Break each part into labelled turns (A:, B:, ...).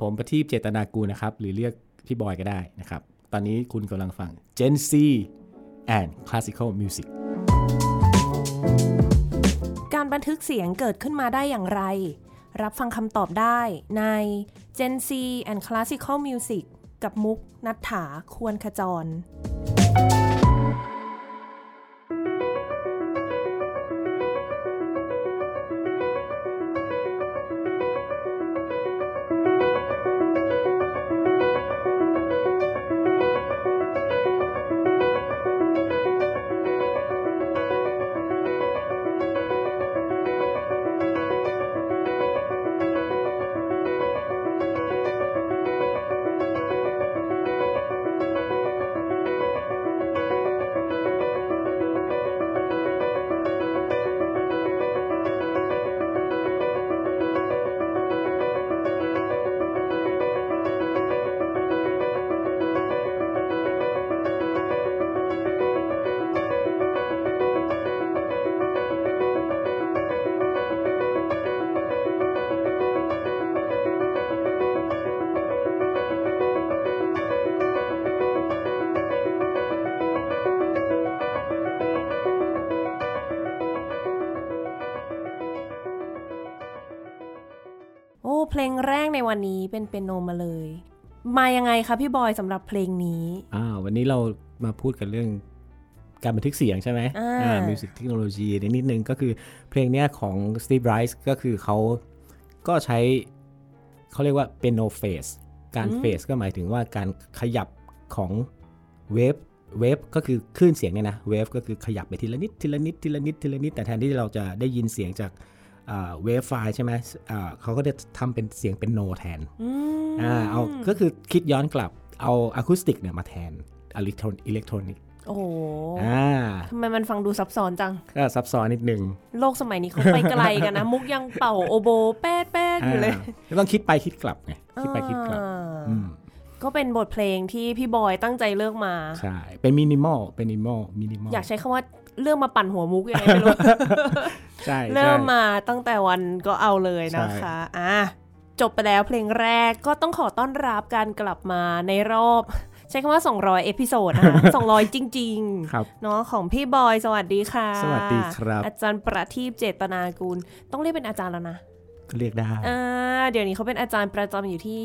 A: ผมประทีปเจตนากูลนะครับ หรือเรียกพี่บอยก็ได้นะครับ ตอนนี้คุณกำลังฟัง Gen Z and Classical Music
B: การบันทึกเสียงเกิดขึ้นมาได้อย่างไร รับฟังคำตอบได้ใน Gen C and Classical Music กับมุกนัฐถาควรขจร โอ้ เพลงแรกในวันนี้เป็นเปียโนมาเลย มายังไงคะพี่บอยสำหรับเพลงนี้
A: อ่าวันนี้เรามาพูดกันเรื่องการบันทึกเสียงใช่ไหม
B: อ่า
A: มิวสิกเทคโนโลยีนิดนิดนึงก็คือเพลงเนี้ยของ Steve Rice ก็คือเขาก็ใช้เขาเรียกว่าเป็นโนเฟสการเฟสก็หมายถึงว่าการขยับของเวฟเวฟก็คือคลื่นเสียงเนี่ยนะเวฟก็คือขยับไปทีละนิดทีละนิดทีละนิดทีละนิด แต่แทนที่เราจะได้ยินเสียงจากเวฟไฟล์ใช่ไหมอ่าเขาก็จะทำเป็นเสียงเป็นโนแทน
B: อืม
A: อ่าเอาก็คือคิดย้อนกลับเอาอะคูสติกเนี่ยมาแทนอิเล็กทรอนอิเล็กทรอนิก
B: โอ้โห
A: อ่า
B: ทำไมมันฟังดูซับซ้อนจัง
A: ก็ซับซ้อนนิดนึง
B: โลกสมัยนี้เขาไปไกลกันนะ มุกยังเป่าโอโบแป๊ดแป๊ดอยู่เลย
A: อ่าแล้วต้องคิดไปคิดกลับไงคิดไปคิดกลับ
B: อ่า
A: อืม
B: ก็เป็นบทเพลงที่พี่บอยตั้งใจเลือกมา
A: ใช่เป็นมินิมอลเป็นมินิมอลมินิมอล
B: อยากใช้คำว่าเรื่องมาปั่นหัวมุกยังไงไม่รู้
A: ใช่ใช่
B: เริ่มมาตั้งแต่วันก็เอาเลยนะ
A: ใช่
B: คะ อ่ะ จบไปแล้วเพลงแรกก็ต้องขอต้อนรับการกลับมาในรอบ ใช้คำว่า 200 เอพิโซด นะคะ 200 จริง ๆ
A: ครับ
B: เนาะของพี่บอย สวัสดีค่ะ
A: สวัสดีครับ
B: อาจารย์ประทีปเจตนากูล ต้องเรียกเป็นอาจารย์แล้วนะ
A: ก็เรียกได้
B: อ่าเดี๋ยวนี้เขาเป็นอาจารย์ประจำอยู่ที่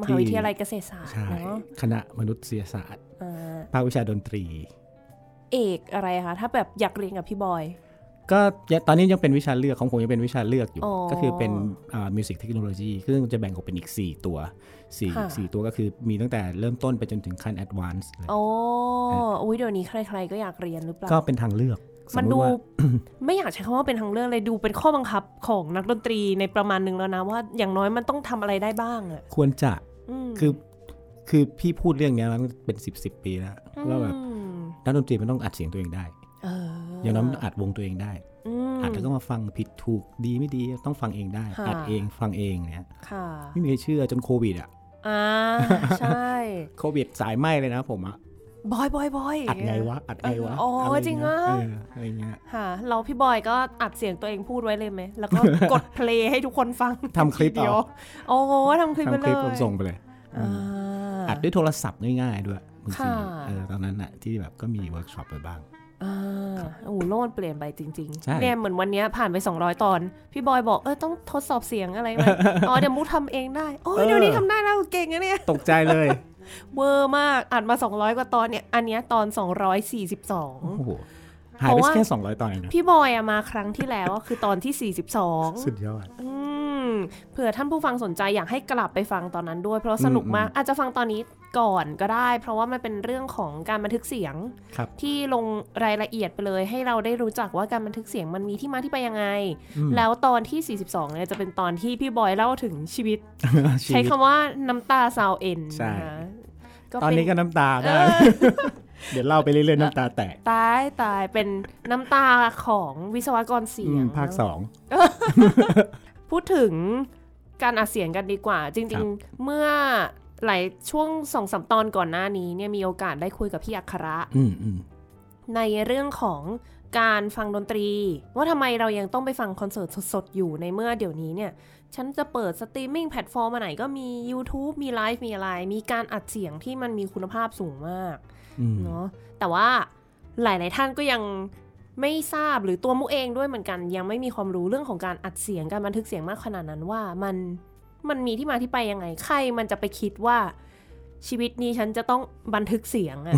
B: มหาวิทยาลัยเกษตรศาสตร์
A: ใช่
B: เนาะ
A: คณะมนุษยศาสตร์
B: อ่า
A: ภาควิชาดนตรี
B: เอกอะไรคะถ้าแบบอยากเรียนกับพี่บอย
A: ก็ยังตอนนี้ยังเป็นวิชาเลือกของผมยังเป็นวิชาเลือกอยู่
B: อ๋อ
A: ก็คือเป็นมิวสิกเทคโนโลยีซึ่งจะแบ่งออกเป็นอีก 4 ตัวสี่
B: ค่ะ
A: สี่ตัวก็คือมีตั้งแต่เริ่มต้นไปจนถึงขั้นแอดวานซ์เลย
B: โอ้อุ้ยเดี๋ยวนี้ใคร ๆ ก็อยากเรียนหรือเปล่า
A: ก็เป็นทางเลือก
B: มัน
A: ส
B: ดู
A: ติว่า
B: ไม่อยากใช้คำว่าเป็นทางเลือกเลยดูเป็นข้อบังคับของนักดนตรีในประมาณหนึ่งแล้วนะ ว่าอย่างน้อยมันต้องทำอะไรได้บ้างอะ
A: ควรจะ
B: ม
A: คือคือพี่พูดเรื่องเนี้ยมันเป็นสิบสิบปีแล้วว่าแบบ
B: อืม
A: นักดนตรีมันต้องอัดเสียงตัวเองได้
B: เออ
A: อย่างน้อยมันต้องอัดวงตัวเองได้
B: อืม
A: อัดแล้วก็มาฟังผิดถูกดีไม่ดีต้องฟังเองได้
B: ค่ะ
A: อัดเองฟังเองเนี่ย
B: ค่ะ
A: ไม่มีใครเชื่อจนโควิดอ่ะ
B: อ่าใช่
A: โควิดสายไหมเลยนะผมอะ
B: บอยบอยบอย
A: อัดไงวะอัดไงวะ
B: เอออ๋อ
A: ไรย่า
B: จริง
A: เย
B: อะ
A: เอออะไรเงี้ย
B: ค่ะเราพี่บอยก็อัดเสียงตัวเองพูดไว้เลยไหม แล้วก็ กดเพลย์ให้ทุกคนฟัง
A: ทำคลิป
B: เดียว
A: เอา
B: โอ้โหทำคลิปไป
A: ทำค
B: เล
A: ลิ
B: ย
A: ปผมส่งไปเลย
B: อ่า
A: อัดด้วยโทรศัพท์ง่าย ๆ ด้วยบางที
B: ค่ะ
A: เออตอนนั้นอะที่แบบก็มีเวิร์กช็อปไป บ้าง
B: อ่าโอ้โหโลดเปลี่ยนไปจริง
A: ใช่
B: ๆเนี่ยเหมือนวันเนี้ยผ่านไป 200 ตอน พี่บอยบอกเออต้องทดสอบเสียง อะไรไหม อ๋อเดี๋ยวมุกทำเองได้ โอ้ยเดี๋ยวนี้ทำได้แล้วเก่งนะเนี่ย
A: ตกใจเลย
B: เวอร์มากอัดมา 200 กว่าตอนเนี่ย อันเนี้ยตอน
A: โอ้
B: 242
A: โหหายไป
B: เพราะว่า
A: แค่200ตอนเองนะ
B: พี่บอยอะมาครั้งที่แล้วอะคือตอนที่ 42
A: สุดยอด
B: อืมเผื่อท่านผู้ฟังสนใจอยากให้กลับไปฟังตอนนั้นด้วย เพราะสนุก
A: อืม
B: มาก อาจจะฟังตอนนี้ก่อนก็ได้ เพราะว่ามันเป็นเรื่องของการบันทึกเสียง
A: ครับ
B: ที่ลงรายละเอียดไปเลย ให้เราได้รู้จักว่าการบันทึกเสียงมันมีที่มาที่ไปยังไง
A: อืม
B: แล้วตอนที่ 42เนี่ยจะเป็นตอนที่พี่บอยเล่าถึงชีวิต
A: ชี
B: ใช้
A: วิต
B: คำว่าน้ำตาซาวเอ็น
A: ใช่
B: นะคะเป็
A: ตอนนี้ก็น้ำตาได้ เดี๋ยวเล่าไปเรื่อยๆน้ำตาแตก
B: ตายตายเป็นน้ำตาของวิศวกรเสี
A: อืม
B: ยง
A: ภาคสอง
B: พูดถึงการอัดเสียงกันดีกว่า จ
A: ครั
B: ริง
A: บ
B: ๆ เมื่อหลายช่วงสองสามตอนก่อนหน้านี้เนี่ยมีโอกาสได้คุยกับพี่อัคระ
A: อืมอืม
B: ในเรื่องของการฟังดนตรี ว่าทำไมเรายังต้องไปฟังคอนเสิร์ตสดๆ อยู่ในเมื่อเดี๋ยวนี้เนี่ย ฉันจะเปิดสตรีมมิ่งแพลตฟอร์มอันไหนก็มี YouTube มีไลฟ์มีอะไร มีการอัดเสียงที่มันมีคุณภาพสูงมาก
A: อืม
B: เนาะแต่ว่าหลาย ๆ ท่านก็ยังไม่ทราบหรือตัวมุกเองด้วยเหมือนกัน ยังไม่มีความรู้เรื่องของการอัดเสียงการบันทึกเสียงมากขนาดนั้นว่ามันมันมีที่มาที่ไปยังไง ใครมันจะไปคิดว่าชีวิตนี้ฉันจะต้องบันทึกเสียง อะ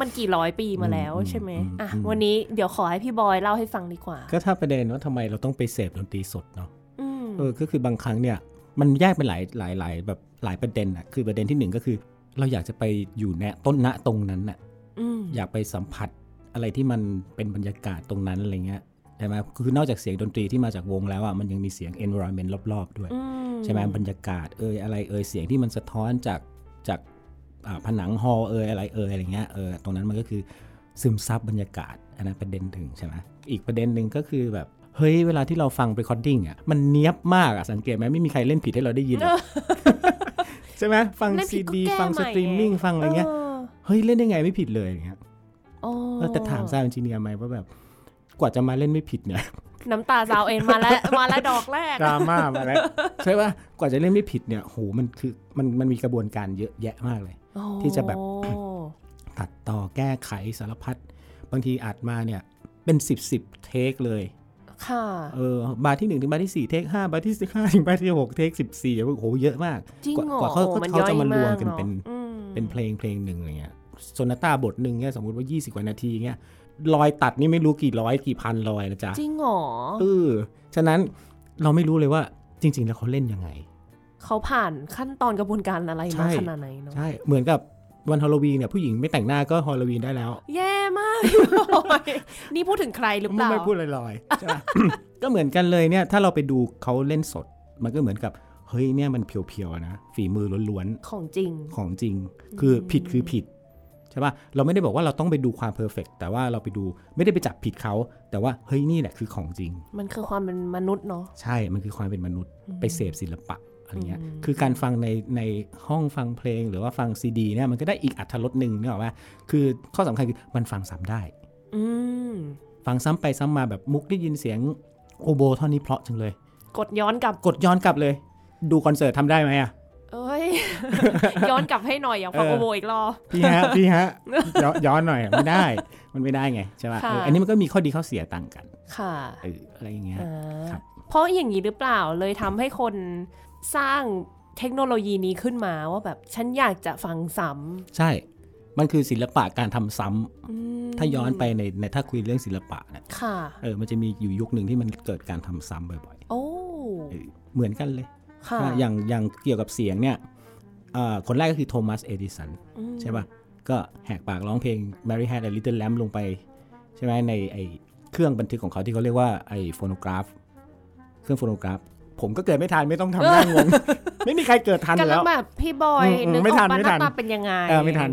B: มันกี่ร้อยปีมาแล้ว
A: อืม
B: ใช่ไหม
A: อืม
B: อ่ะ
A: อืม
B: วันนี้เดี๋ยวขอให้พี่บอยเล่าให้ฟังดีกว่า
A: ก็ถ้าประเด็นว่าทำไมเราต้องไปเสพดนตรีสดเนาะ
B: อืม
A: เออ ก็คือบางครั้งเนี่ย มันแยกเป็นหลายหลายหลายแบบหลายประเด็นอะคือประเด็นที่หนึ่งก็คือ เราอยากจะไปอยู่แนต้นณตรงนั้นน่ะ
B: อืม
A: อยากไปสัมผัสอะไรที่มันเป็นบรรยากาศตรงนั้นอะไรเงี้ยใช่ไหมคือนอกจากเสียงดนตรีที่มาจากวงแล้วอ่ะมันยังมีเสียง environment รอบๆด้วย
B: อื
A: ใช่ไหมบรรยากาศเอยอะไรเอยเสียงที่มันสะท้อนจากจากอ่าผนังฮอลล์เอยอะไรเอยอะไรเงี้ยเออตรงนั้นมันก็คือซึมซับบรรยากาศอันนั้นประเด็นถึงใช่ไหมอีกประเด็นหนึ่งก็คือแบบเฮ้ยเวลาที่เราฟัง recording อ่ะมันเนี้ยบมากอ่ะสังเกตไหมไม่มีใครเล่นผิดให้เราได้ยินหรอกใช่ไหมฟัง
B: นั่น
A: ซี
B: ผิก็
A: ดี
B: แก้
A: ฟัง
B: ให
A: สตรีมมิ่งฟังอะไรเงี้ยเฮ้ยเล่นได้ไงไม่ผิดเลยอย่างเงี้ย
B: เออ
A: เออแต่ถามซาวด์เอนจิเนียร์ไหมว่าแบบ กว่าจะมาเล่นไม่ผิดเนี่ย
B: น้ำตาสาวเอ็นมาแล้วมาแล้วดอกแรก
A: ดราม่ามา แล้วใช่ป่ะกว่าจะเล่นไม่ผิดเนี่ยโหมันคือมันมันมีกระบวนการเยอะแยะมากเลย ที่จะแบบ
B: โอ้
A: ตัดต่อแก้ไขสารพัดบางทีอัดมาเนี่ย เป็น 10บสเทคเลย
B: ค่ะ
A: เออบาร์ที่ 1 ถึงบาร์ที่4เทค5บาร์ที่5ถึงบาร์ที่6เทค14โอ้โหเยอะมาก
B: จริง
A: กว่า
B: เหรอก
A: ว่าเขา
B: โอ้น
A: เขาจะมารวมกัน
B: ย่อย
A: เป็น
B: อะอืม
A: เป็นเพลงเพลงหนึ่งอะไรเงี้ยโซนาต้าบทหนึ่งเนี่ยสมมติว่า 20 กว่านาทีเงี้ยรอยตัดนี่ไม่รู้กี่ร้อยกี่พันรอยนะจ๊ะ
B: จริงเหรอ
A: เออ ฉะนั้นเราไม่รู้เลยว่าจริง ๆ แล้วเขาเล่นยังไง
B: เขาผ่านขั้นตอนกระบวนการอะไร
A: ใช่
B: มาขนาดไหนเนาะ
A: ใช่ เหมือนกับวันฮอลโลวีนเนี่ยผู้หญิงไม่แต่งหน้าก็ฮอลโลวีนได้แล้ว
B: แย่มากพี่บอย นี่พูดถึงใครหรือเป
A: ไม่
B: ล่า
A: ไม่พูดลอยๆใช่ปะ ก็เหมือนกันเลยเนี่ย ถ้าเราไปดูเขาเล่นสด มันก็เหมือนกับ เฮ้ยเนี่ยมันเพียวๆนะ ฝีมือล้วน
B: ของจริง
A: ๆ ของจริง คือผิดคือผิด ใช่ปะเราไม่ได้บอกว่าเราต้องไปดูความเพอร์เฟกแต่ว่าเราไปดูไม่ได้ไปจับผิดเขาแต่ว่าเฮ้ยนี่แหละคือของจริง
B: มันคือความเป็นมนุษย์เนาะ
A: ใช่ มันคือความเป็นมนุษย์ไปเสพศิลปะอะไรเงี้ย
B: อืม
A: คือการฟังในในห้องฟังเพลงหรือว่าฟังซีดีเนี่ยมันก็ได้อีกอัธรสหนึ่งนึกออกปะคือข้อสำคัญคือมันฟังซ้ำได้
B: อืม
A: ฟังซ้ำไปซ้ำมาแบบมุกได้ยินเสียงโอโบท่อนนี้เพราะจังเลย
B: กดย้อนกลับ
A: กดย้อนกลับเลย ดูคอนเสิร์ตทำได้ไหมอ่ะ
B: เอ้ ย ย้อนกลับให้หน่อยอยากฟัง
A: เออ
B: โอโบอีกรอบ
A: พี่ฮะ พี่ฮะย้อนย้อนหน่อยไม่ได้ มันไม่ได้ไงใช่ปะ
B: ค่ะ
A: เอออันนี้มันก็มีข้อดีข้อเสียต่างกัน
B: ค่ะ
A: เอออะไรอย่างเงี้ย
B: อ่า
A: ครับ
B: เพราะอย่างนี้หรือเปล่าเลยทำให้คนสร้างเทคโนโลยีนี้ขึ้นมาว่าแบบฉันอยากจะฟังซ้
A: ใช่ มันคือศิลปะการทำซ้ำ
B: ำอืม
A: ถ้าย้อนไปในในถ้าคุยเรื่องศิลปะนะ
B: ค่ะ
A: เออ มันจะมีอยู่ยุคหนึ่งที่มันเกิดการทำซ้ำบ่อย
B: โอ้
A: ๆเออเหมือนกันเลย
B: ค่ะ
A: อ่ะอย่างอย่างเกี่ยวกับเสียงเนี่ยเอ่อคนแรกก็คือโทมัส เอดิสัน
B: อืม
A: ใช่ป่ะ ก็แหกปากร้องเพลง Mary Had a Little Lamb ลงไป ใช่ไหมในไอเครื่องบันทึกของเขาที่เขาเรียกว่าไอโฟโนกราฟ เครื่องโฟโนกราฟ ผมก็เกิดไม่ทันไม่ต้องทำห น้างง ไม่มีใครเกิดทัน
B: กำลั
A: แล้
B: ง
A: ว
B: แบบพี่บอย
A: อืมอืม
B: นึก
A: ไม่
B: อ
A: ทั
B: อก
A: น
B: มา
A: ไม่
B: ห
A: ทั
B: น้าน ตาเป็นยังไง
A: เออไม่ทัน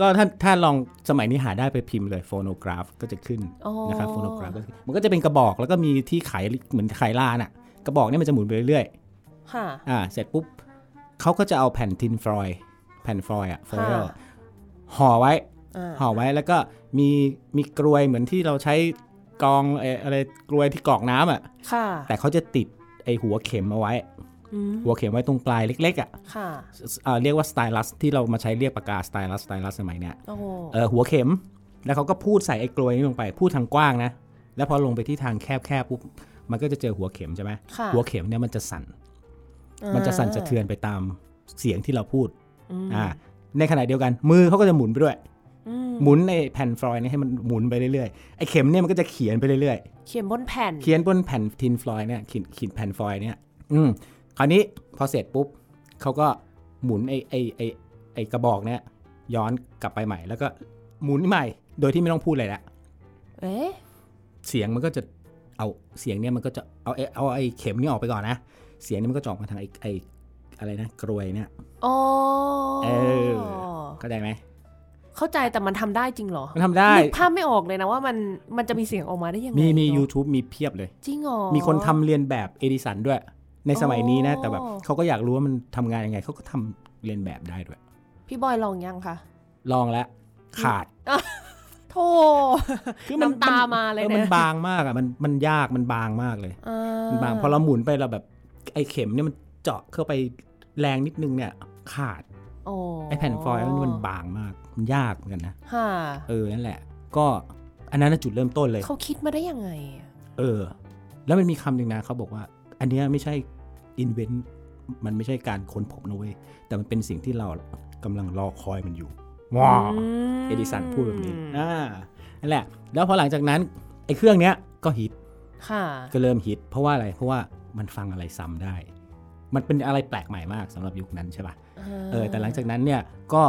A: ก็ถ้าถ้าลองสมัยนี้หาได้ไปพิมพ์เลยโฟโนกราฟก็จะขึ้น
B: อ๋อ
A: นะครับโฟโนกราฟมันก็จะเป็นกระบอกแล้วก็มีที่ไขเหมือนไขลานอะ่ะ กระบอกเนี่ยมันจะหมุนไปเรื่อย
B: ค่ะ
A: ๆอ่าเสร็จปุ๊บเขาก็จะเอาแผ่นทินฟลอยล์แผ่นฟลอยล์อะฟอย
B: ค่ะ
A: ล์ห่อไว้
B: อ่า
A: ห่อไว้แล้วก็มีมีกรวยเหมือนที่เราใช้กรองเอ่ออะไรกรวยที่กรอกน้ำอะ่ะ
B: ค่ะ
A: แต่เขาจะติดไอหัวเข็มเอาไว้
B: อืม
A: หัวเข็มไว้ตรงปลายเล็กๆอะ่ะ
B: ค่ะ
A: เอ่อเรียกว่าสไตลัสที่เรามาใช้เรียกปากกาสไตลัสสไตลัสสมัยเนี้ย
B: โอ้โห
A: เออหัวเข็มแล้วเขาก็พูดใส่ไอ้กลวยนี้ลงไป พูดทางกว้างนะ แล้วพอลงไปที่ทางแคบๆปุ๊บมันก็จะเจอหัวเข็มใช่ไหม
B: ค่ะ
A: หัวเข็มเนี่ยมันจะสั่น มันจะสั่นสะเทือนไปตามเสียงที่เราพูด
B: ม
A: อ่าในขณะเดียวกันมือเขาก็จะหมุนไปด้วย
B: อืม
A: หมุนในแผ่นฟลอยด์เนี่ยให้มันหมุนไปเรื่อยๆไอ้เข็มเนี่ยมันก็จะเขียนไปเรื่อย
B: เขียนบนแผ่น
A: ๆ เขียนบนแผ่นทินฟลอยด์เนี่ยขีดขีดแผ่นฟลอยด์เนี่ยอืมคราวนี้พอเสร็จปุ๊บเขาก็หมุนไอ้ไอ้ไอ้ไอ้กระบอกเนี่ยย้อนกลับไปใหม่ แล้วก็หมุนใหม่ โดยที่ไม่ต้องพูดอะไรละ
B: เอ๊ะ
A: เสียงมันก็จะเอาเสียงเนี่ยมันก็จะเอาไอ้เอาไอ้เข็มนี่ออกไปก่อนนะ เสียงเนี่ยมันก็จะออกมาทางไอ้ไอ้อะไรนะกรวยเนี่ย
B: โอ้
A: เออ เข้าใจไหม
B: เข้าใจแต่มันทำได้จริงเหรอ
A: มันทำได้
B: นึกภาพไม่ออกเลยนะว่ามันมันจะมีเสียงออกมาได้ยังไง
A: มีมี
B: เนอะ
A: YouTube มีเพียบเลย
B: จริงเหรอ
A: มีคนทำเรียนแบบเอดิสันด้วย ในสมัยนี้นะ
B: อ๋อ
A: แต่แบบเขาก็อยากรู้ว่ามันทำงานยังไงเขาก็ทำเรียนแบบได้ด้วย
B: พี่บอยลองยังคะ
A: ลองแล้วขาด
B: โท
A: มั
B: น้ำตามาเลย
A: ออ
B: เนี่ย
A: มันบางมากอ่ะมันมันยากมันบางมากเลย
B: อ่
A: มันบางพอเราหมุนไปเราแบบ ไอเข็มเนี่ยมันเจาะเข้าไปแรงนิดนึงเนี่ยขาด
B: อ๋อ
A: ไอแผ่นฟอยล์มันบางมาก มันยากเหมือนกันนะ
B: ค่ะ
A: เออ นั่นแหละ ก็อันนั้นนะจุดเริ่มต้นเลย
B: เขาคิดมาได้ยังไงอะ
A: เออ แล้วมันมีคำหนึ่งนะเขาบอกว่า อันเนี้ยไม่ใช่ invent มันไม่ใช่การค้นพบนะเว้ย แต่มันเป็นสิ่งที่เรากำลังรอคอยมันอยู่ว้าว
B: อืม
A: เอดิสันพูดแบบนี้อ่านั่นแหละ แล้วพอหลังจากนั้นไอ้เครื่องเนี้ยก็ฮิต
B: ค่ะ
A: ก็เริ่มฮิต เพราะว่าอะไร เพราะว่ามันฟังอะไรซ้ำได้ มันเป็นอะไรแปลกใหม่มากสำหรับยุคนั้นใช่ป่ะ เออ แต่หลังจากนั้นเนี่ยก็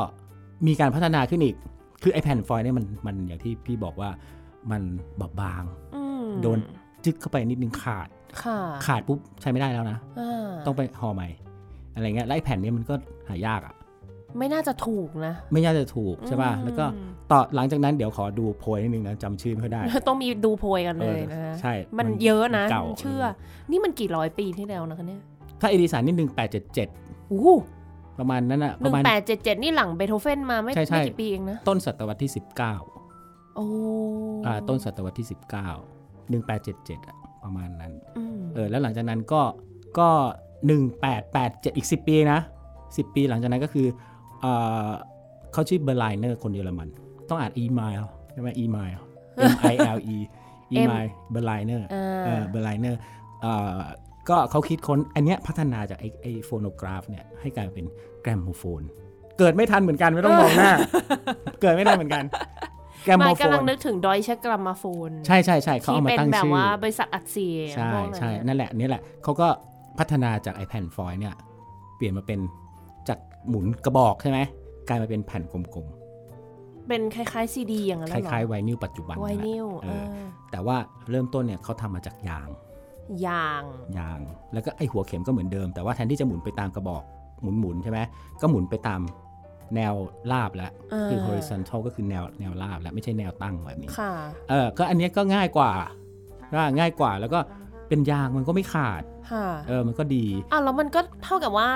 A: มีการพัฒนาขึ้นอีก คือไอ้แผ่นฟอยล์เนี่ยมันมันอย่างที่พี่บอกว่ามันบอบบาง
B: อืม
A: โดนจึกเข้าไปนิดนึงขาด
B: ค่ะ
A: ขาดปุ๊บใช้ไม่ได้แล้วนะ
B: อ่า
A: ต้องไปห่อใหม่ อะไรเงี้ยไล่แผ่นเนี้มันก็หายากอะ่ะ
B: ไม่น่าจะถูกนะ
A: ไม่น่าจะถูกใช่ป่ะ
B: อืม
A: แล้วก็ต่อหลังจากนั้นเดี๋ยวขอดูโพยนิดนึงนะจำชื่อไม่ค่อยได้
B: ต้องมีดูโพยกันเลย
A: เออ
B: นะ
A: ใช่
B: มัน
A: มัน
B: เยอะนะ
A: เก่า
B: เชื่อ นี่มันกี่ร้อยปีที่แล้วนะคะเนี่ย
A: ถ้าเอดิสันนี่หนึ่งแปดเจ็ดเจ็ด
B: อู้
A: ประมาณนั้นอะ
B: ห
A: ป
B: นึ่
A: ระ
B: ง
A: มาณ
B: แปดเจ็ดเจ็ดนี่หลังเบโธเฟนมาไม่
A: ใช่ใช่
B: ไม่กี่ปีเองนะ
A: ต้นศตวรรษที่ 19อ
B: โอ้
A: ่าต้นศตวรรษที่ 19 1877อะประมาณนั้น
B: อืม
A: เออแล้วหลังจากนั้นก็ก็ 1887 อีก 10 ปีนะ 10 ปีหลังจากนั้นก็คือเอ่อเขาชื่อเบอร์ไลเนอร์คนเยอรมัน ต้องอ่านอีม i l ใช่ไหมอีม i l M I L E อีม i l เบอร์ไลเนอร์
B: อ่
A: เออาเบอร์ไลเนอร์เอ่อก็เขาคิดค้นอันเนี้ยพัฒนาจากไอ้ไอ้โฟโนกราฟเนี่ยให้กลายเป็นแกรมโมโฟน เกิดไม่ทันเหมือนกันไม่ต้องมองห น้า เกิดไม่ทันเหมือนกัน แกรมโม
B: ไม่
A: โฟ
B: กำลั
A: น
B: งนึกถึงดอยเชกรัมมาโฟน
A: ใช่ใช่ใช่เขา
B: ที่
A: เอามา
B: เป็น
A: ตั้ง
B: แบบ
A: ชื่อ
B: ว่าบริษัทอัดเสียง
A: ใช่
B: พวกนั้น
A: ใช่
B: นะ
A: นั่นแหละนี่แหละเขาก็พัฒนาจากไอแผ่นฟอยล์เนี่ย เปลี่ยนมาเป็นจากหมุนกระบอกใช่ไหมกลายมาเป็นแผ่นกลม
B: เป็นคล้ายๆซีดีอย่างนั้น
A: ๆ ค
B: เหรอ
A: ล้ายๆไวนิลปัจจุบัน
B: ไว
A: นั่นแหละ
B: นิล
A: เออ
B: เอ
A: แต่ว่าเริ่มต้นเนี่ยเขาทำมาจากยาง
B: อยาง
A: ยางแล้วก็ไอหัวเข็มก็เหมือนเดิม แต่ว่าแทนที่จะหมุนไปตามกระบอกหมุนหมุนๆใช่ไหมก็หมุนไปตามแนวราบแล้วคือ
B: า
A: horizontal ก็คือแนวแนวราบแล้วไม่ใช่แนวตั้งแบบนี้
B: ค่ะ
A: เออก็อันเนี้ยก็ง่ายกว่าว่าง่ายกว่าแล้วก็เป็นยางมันก็ไม่ขาด
B: ค่ะ
A: เออมันก็ดี
B: อ่ะแล้วมันก็เท่ากับว่า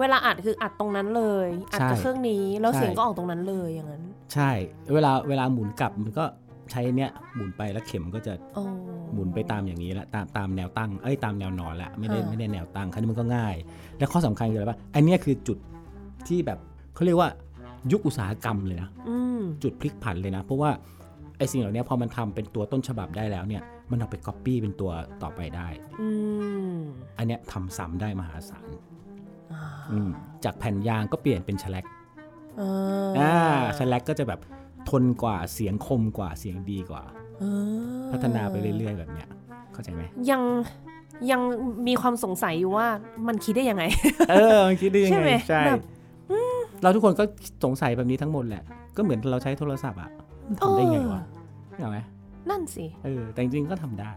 B: เวลาอัดคืออัดตรงนั้นเลย อัดกับ
A: ใช่
B: เครื่องนี้แล้ว
A: ใช่
B: เสียงก็ออกตรงนั้นเลยอย่างนั้น
A: ใช่ เวลาเวลาหมุนกลับมันก็ใช้อันเนี้ยหมุนไปแล้วเข็มก็จะ
B: โอ้
A: หมุนไปตามอย่างนี้ละตามตามแนวตั้งเอ้ยตามแนวนอนละไม่ได้
B: อ่า
A: ไม่ได้แนวตั้งคันนี้มันก็ง่าย และข้อสำคัญคืออะไรปะอันเนี้ยคือจุดที่แบบเขาเรียกว่ายุคอุตสาหกรรมเลยนะ
B: อืม
A: จุดพลิกผันเลยนะ เพราะว่าไอ้สิ่งเหล่านี้พอมันทำเป็นตัวต้นฉบับได้แล้วเนี่ย มันเอาไปก๊อปปี้เป็นตัวต่อไปได้
B: อืม
A: อันเนี้ยทำซ้ำได้มหาศาล
B: อ่า
A: อืมจากแผ่นยางก็เปลี่ยนเป็นแฉลก
B: อ่
A: อ่า
B: า
A: แฉลกก็จะแบบทนกว่าเสียงคมกว่าเสียงดีกว่า
B: อ่า
A: พัฒนาไปเรื่อย ๆ แบบเนี้ยเข้าใจไหม
B: ยังยังมีความสงสัยอยู่ว่ามันคิดได้ยังไง
A: เออมันคิดได้ยัง
B: ใช่ไห
A: ไง
B: มแบบ
A: เราทุกคนก็สงสัยแบบนี้ทั้งหมดแหละ ก็เหมือนเราใช้โทรศัพท์อะมันทำได้ไงวะเห็นไหม
B: นั่นสิ
A: เออแต่จริงๆก็ทำได้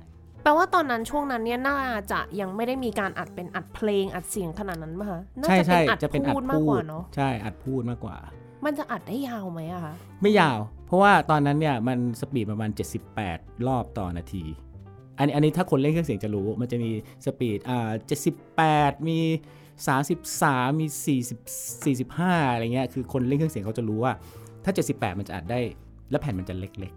B: แปลว่าตอนนั้นช่วงนั้นเนี่ยน่าจะยังไม่ได้มีการอัดเป็นอัดเพลงอัดเสียงขนาดนั้นป่ะคะน่า
A: ใช่
B: จะ
A: ใช่
B: เป็นอัด
A: จะเป็นอัด
B: พูดมาก
A: พู
B: ก
A: ด
B: ว่าเนาะ
A: ใช่อัดพูดมากกว่า
B: มันจะอัดได้ยาวไหมอะคะ
A: ไม่ยาว เพราะว่าตอนนั้นเนี่ยมันสปีดประมาณ 78 รอบต่อนาที อันนี้อันนี้ถ้าคนเล่นเครื่องเสียงจะรู้ มันจะมีสปีดอ่า78 มี 33 มี 40 45 อะไรเงี้ย คือคนเล่นเครื่องเสียงเขาจะรู้ว่า ถ้า 78 มันจะอัดได้ แล้วแผ่นมันจะเล็ก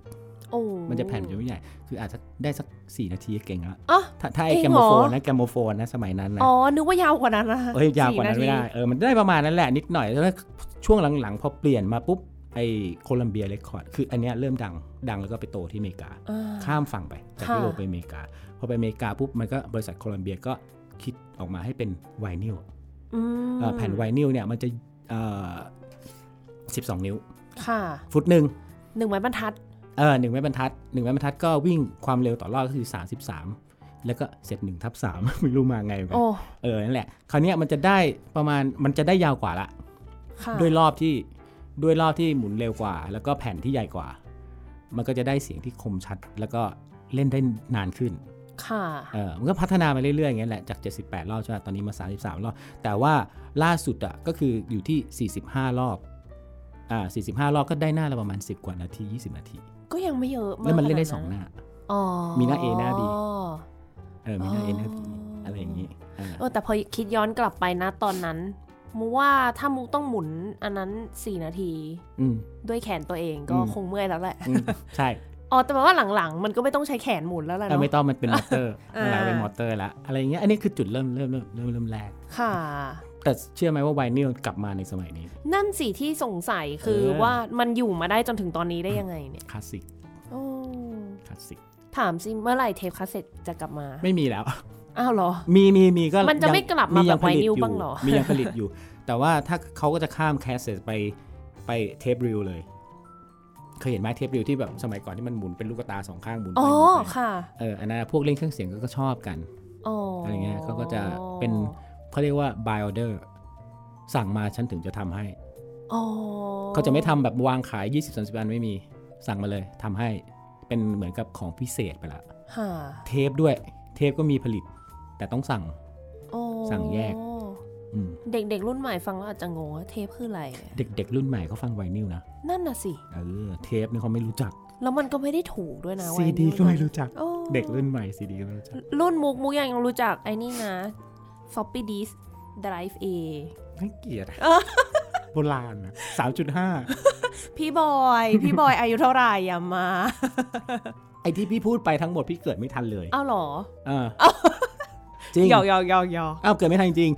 B: โอ้
A: ๆ มันจะแผ่นมันจะไม่ใหญ่ คืออาจจะได้สัก 4 นาทีก็เก่งแล้ว
B: อ๋อ
A: ถ้าถ้าไอ้
B: จริง
A: แกมโมโฟน
B: เหรอ
A: นะแกมโมโฟนนะสมัยนั้นนะ
B: อ๋อนึกว่ายาวกว่านั้นนะคะ
A: เอ้ยยาวกว่านั้นไม่ได้
B: สี่ที
A: เออ มันได้ประมาณนั้นแหละนิดหน่อย แล้วช่วงหลังๆ พอเปลี่ยนมาปุ๊บ ไอ้โคลัมเบียเรคคอร์ด คืออันเนี้ยเริ่มดัง ดังแล้วก็ไปโตที่อเมริกา
B: อ่า
A: ข้ามฝั่งไป จาก
B: ค่ะ
A: ยุโรปไปอเมริกา พอไปอเมริกาปุ๊บ มันก็บริษัทโคลัมเบียก็คิดออกมาให้เป็นไวนิล
B: อืม
A: เอ่อแผ่นไวนิลเนี่ยมันจะเอ่อ12 นิ้ว
B: ค่ะ
A: ฟุตหนึ่ง
B: หนึ่งไม้บรรทัด
A: เออหนึ่งไม้บรรทัดหนึ่งไม้บรรทัดก็วิ่งความเร็วต่อรอบก็คือ 33 แล้วก็เสร็จ1ทับ3 ไม่รู้มาไงเหมือนกัน
B: โอ้
A: เออ นั่นแหละ คราวเนี้ยมันจะได้ประมาณ มันจะได้ยาวกว่าละ
B: ค่ะ
A: ด้วยรอบที่ ด้วยรอบที่หมุนเร็วกว่า แล้วก็แผ่นที่ใหญ่กว่า มันก็จะได้เสียงที่คมชัด แล้วก็เล่นได้นานขึ้น
B: ค่ะ
A: เออ มันก็พัฒนามาเรื่อยๆอย่างเงี้ยแหละ จาก 78 รอบใช่ไหมตอนนี้มา 33 รอบ แต่ว่าล่าสุดอ่ะ ก็คืออยู่ที่ 45 รอบ อ่า 45 รอบก็ได้หน้าละประมาณ 10 กว่านาที 20 นาที
B: ก็ยังไม่เยอะมาก
A: แล้วมันเล่นได้
B: ขา
A: 2 หน้า
B: อ๋อ
A: มีหน้า A หน้า B เออ มีหน้า A หน้า B อะไรอย่างงี้เออ
B: เออแต่พอคิดย้อนกลับไปนะตอนนั้นมูว่าถ้ามูต้องหมุนอันนั้น 4 นาที
A: อืม
B: ด้วยแขนตัวเองก็
A: อืม
B: คงเมื่อยแล้วแหละ
A: อืมใช่
B: อ๋อแต่ว่าหลังๆ มันก็ไม่ต้องใช้แขนหมุนแล้วล่ะ
A: แต่
B: เนาะ
A: ไม่ต้องมันเป็นมอเตอร์
B: อ่า
A: หลายเป็นมอเตอร์ละอะไรอย่างเงี้ยอันนี้คือจุดเริ่มเริ่มเริ่มเริ่มเริ่มแรก
B: ค่ะ
A: แต่เชื่อไหมว่าไวนิลกลับมาในสมัยนี้
B: นั่นสิที่สงสัยคือ
A: เออ
B: ว่ามันอยู่มาได้จนถึงตอนนี้ได้ยังไงเนี่ย
A: คลาสสิก
B: โอ้
A: คลาสสิก
B: ถามสิเมื่อไหร่เทปคาสเซ็ตจะกลับมา
A: ไม่มีแล้ว
B: อ้าวเหรอ
A: มีมีมีก็
B: มันจะ
A: ยัง
B: ไม่กลับมาแบบ
A: ยังผลิต
B: ไวนิล
A: อยู่
B: บ้างเหรอ
A: มียังผลิตอยู่ แต่ว่าถ้าเขาก็จะข้ามแคสเซตไปไปเทปริลเลย เคยเห็นไหมเทปริลที่แบบสมัยก่อนที่มันหมุนเป็นลูกตาสองข้างหมุนไปห
B: อ๋อ
A: มุนไป
B: ค่ะ
A: เอออันนั้นพวกเล่นเครื่องเสียงก็ชอบกัน
B: อ๋ออะ
A: อะไรเงี้ยเขาก็จะเป็นเขาเรียกว่า buy order สั่งมาฉันถึงจะทำให้
B: อ๋อ
A: เขาจะไม่ทำแบบวางขาย 20 30อันไม่มี สั่งมาเลยทำให้เป็นเหมือนกับของพิเศษไปละ
B: ค่ะ
A: เทปด้วย เทปก็มีผลิต แต่ต้องสั่ง
B: อ๋อ
A: สั่งแยก อืม
B: เด็กๆรุ่นใหม่ฟังแล้วอาจจะงงว่าเทปคืออะไรอะ
A: เด็กๆ รุ่นใหม่เขาฟังไวนิลนะ
B: นั่นน่ะสิ
A: เออเทปนี่เขาไม่รู้จัก
B: แล้วมันก็ไม่ได้ถูกด้วยนะ
A: ซี
B: vinyl
A: ดีก็ไม่รู้จัก
B: โอ้
A: เด็กรุ่นใหม่ซีดีก็ไม่รู้จัก
B: รุ่นมุกมุกยังรู้จักไอ้นี่นะ floppy disk drive A
A: น่าเกลียดอะโบราณนะสามจุดห้า
B: พี่บอย พี่บอยอายุเท่าไหร่อย่ามา
A: ไอที่พี่พูดไปทั้งหมดพี่เกิดไม่ทันเลย
B: อ้าวเหรอ
A: เออจริง
B: หยอกหยอกหยอกหยอก
A: อ้าวเกิดไม่ทันจริง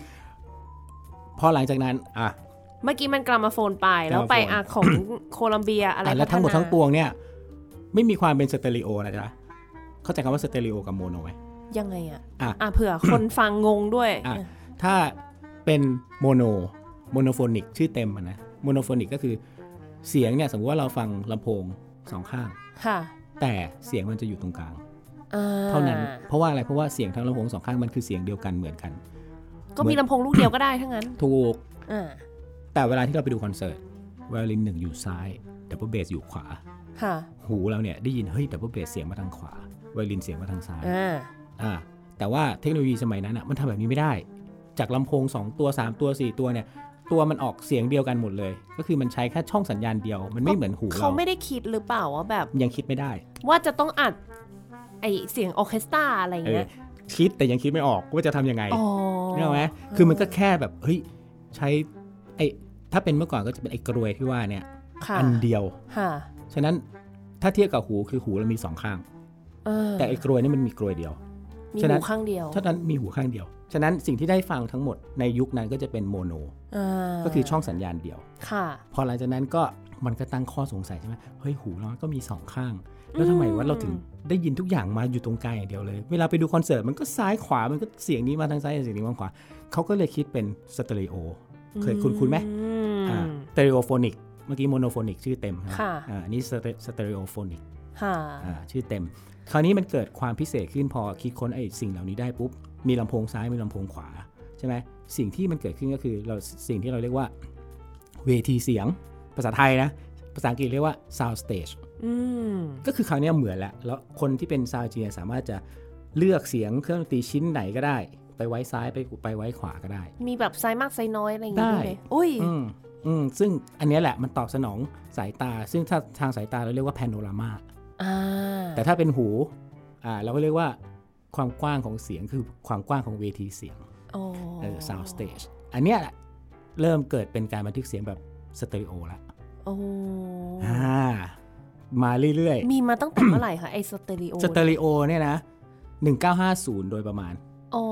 A: ๆพอหลังจากนั้น อ่ะ
B: เมื่อกี้มันกรามาโฟนไปแล้วไปอะ ของ โคลัมเบียอะไร
A: อ่ะแล้วทั้งหมด
B: พัฒนา
A: ทั้งปวงเนี่ย ไม่มีความเป็นสเตอริโอนะจ๊ะเข้าใจคำว่าสเตอริโอกับโมโนไหม
B: ยังไงอะ
A: อ่ะ
B: อ่ะเผื่อคนฟังงงด้วย
A: อ่ะถ้าเป็นโมโนโมโนโฟนิกชื่อเต็มอะนะโมโนโฟนิกก็คือเสียงเนี่ย สมมติว่าเราฟังลำโพงสองข้าง
B: ค่ะ
A: แต่เสียงมันจะอยู่ตรงกลาง
B: อ่
A: เท่านั้นเพราะว่าอะไรเพราะว่าเสียงทั้งลำโพงสองข้างมันคือเสียงเดียวกันเหมือนกัน
B: ก็มีลำโพงลูกเดียวก็ได้ทั้งนั้น
A: ถูก
B: อ่า
A: แต่เวลาที่เราไปดูคอนเสิร์ตไวโอลินหนึ่งอยู่ซ้ายดับเบิลเบสอยู่ขวา
B: ค่ะ
A: หูเราเนี่ยได้ยินเฮ้ยดับเบิลเบสเสียงมาทางขวาไวโอลินเสียงมาทางซ้าย
B: อ่า
A: อ่าแต่ว่าเทคโนโลยีสมัยนั้นอ่ะมันทำแบบนี้ไม่ได้ จากลำโพง 2 ตัว 3 ตัว 4 ตัวเนี่ย ตัวมันออกเสียงเดียวกันหมดเลย ก็คือมันใช้แค่ช่องสัญญาณเดียว มันไม่เหมือนหู
B: เขา
A: เรา
B: ไม่ได้คิดหรือเปล่าว่าแบบ
A: ยังคิดไม่ได้
B: ว่าจะต้องอัดไอเสียงออร์เคสตราอะไร
A: เออ
B: เงี้ย
A: คิดแต่ยังคิดไม่ออกว่าจะทำยังไง
B: อ๋อ
A: เนี่ยไหมคือมันก็แค่แบบเฮ้ยใช้ไอ้ถ้าเป็นเมื่อก่อนก็จะเป็นไอ้กรวยที่ว่าเนี่ย
B: ค่ะ
A: อันเดียว
B: ค่ะ
A: ฉะนั้นถ้าเทียบกับหูคือหูเรามีสองข้าง
B: เออ
A: แต่ไอ้กรวยนี่มันมีกรวยเดียว
B: มี
A: ฉะนั้
B: หู
A: น
B: ข้างเดียว
A: ฉะนั้นมีหูข้างเดียว ฉะนั้นสิ่งที่ได้ฟังทั้งหมดในยุคนั้นก็จะเป็นโมโน
B: อ่า
A: ก็คือช่องสัญญาณเดียว
B: ค่ะ
A: พอหลังจากนั้นก็มันก็ตั้งข้อสงสัยใช่ไหมเฮ้ยหูเราก็มีสองข้าง แล้วทำไมว่าเราถึงได้ยินทุกอย่างมาอยู่ตรงกลางอย่างเดียวเลย เวลาไปดูคอนเสิร์ตมันก็ซ้ายขวามันก็เสียงนี้มาทางซ้ายเสียงนี้มาทางขวาเขาก็เลยคิดเป็นสเตอริโอเคยคุ้นๆไหม
B: อืม
A: อ่าสเตอริโอโฟนิกเมื่อกี้โมโนโฟนิกชื่อเต็มน
B: ค่ะ
A: อ่าอันนี้สเตอริโอโฟนิก
B: ค่ะ
A: อ่าชื่อเต็ม คราวนี้มันเกิดความพิเศษขึ้นพอคิดค้นไอ้สิ่งเหล่านี้ได้ปุ๊บมีลำโพงซ้ายมีลำโพงขวาใช่ไหมสิ่งที่มันเกิดขึ้นก็คือเราสิ่งที่เราเรียกว่า เวทีเสียงภาษาไทยนะ ภาษาอังกฤษเรียกว่า sound stage
B: อืม
A: ก็คือคราวเนี้ยเหมือนแล้วแล้วคนที่เป็น sound engineer สามารถจะเลือกเสียงเครื่องดนตรีชิ้นไหนก็ได้ ไปไว้ซ้ายไปไปไว้ขวาก็ได้
B: มีแบบไซส์มากไซส์น้อยอะไรอย่างงี้
A: ได้
B: ด้วยอุ้ย
A: อืมอืมซึ่งอันเนี้ยแหละมันตอบสนองสายตา ซึ่งถ้าทางสายตาเราเรียกว่า panorama
B: อ่า
A: แต่ถ้าเป็นหูอ่าเราก็เรียกว่าความกว้างของเสียงคือความกว้างของเวทีเสียง
B: โอ้
A: เออ sound stage อันเนี้ยแหละเริ่มเกิดเป็นการบันทึกเสียงแบบสเตอริโอละ
B: โอ้
A: อ่ามาเรื่อยๆ
B: มีมาตั้งแต่เมื่อไหร่คะไอสเตอริโอ
A: สเตอริโอเนี่ยนะ 1950 โดยประมาณ
B: โอ้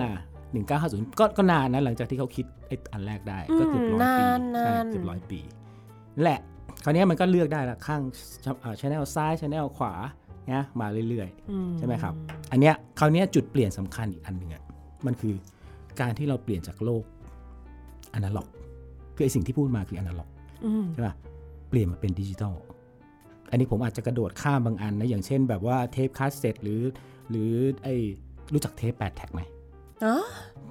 A: อ่า1950 ก็ก็นานนะ หลังจากที่เขาคิดไอ้อันแรกได้ ก็เกือบร้อยปีใช่เกือบร้อยปีนั่นแหละ คราวเนี้ยมันก็เลือกได้ละข้างชแนลซ้ายชแนลขวาเนี่ยมาเรื่อย
B: อื
A: ๆ ใช่ไหมครับ อันเนี้ยคราวเนี้ยจุดเปลี่ยนสำคัญอีกอันหนึ่งอะมันคือการที่เราเปลี่ยนจากโลกอนาล็อกคือไอ้สิ่งที่พูดมาคืออนาล็อก
B: อืม
A: ใช่ป่ะ เปลี่ยนมาเป็นดิจิทัล อันนี้ผมอาจจะกระโดดข้ามบางอันนะ อย่างเช่นแบบว่าเทปคาสเซ็ตหรือ หรือไอ้รู้จักเทป 8 แท็กไหม
B: อ๋อ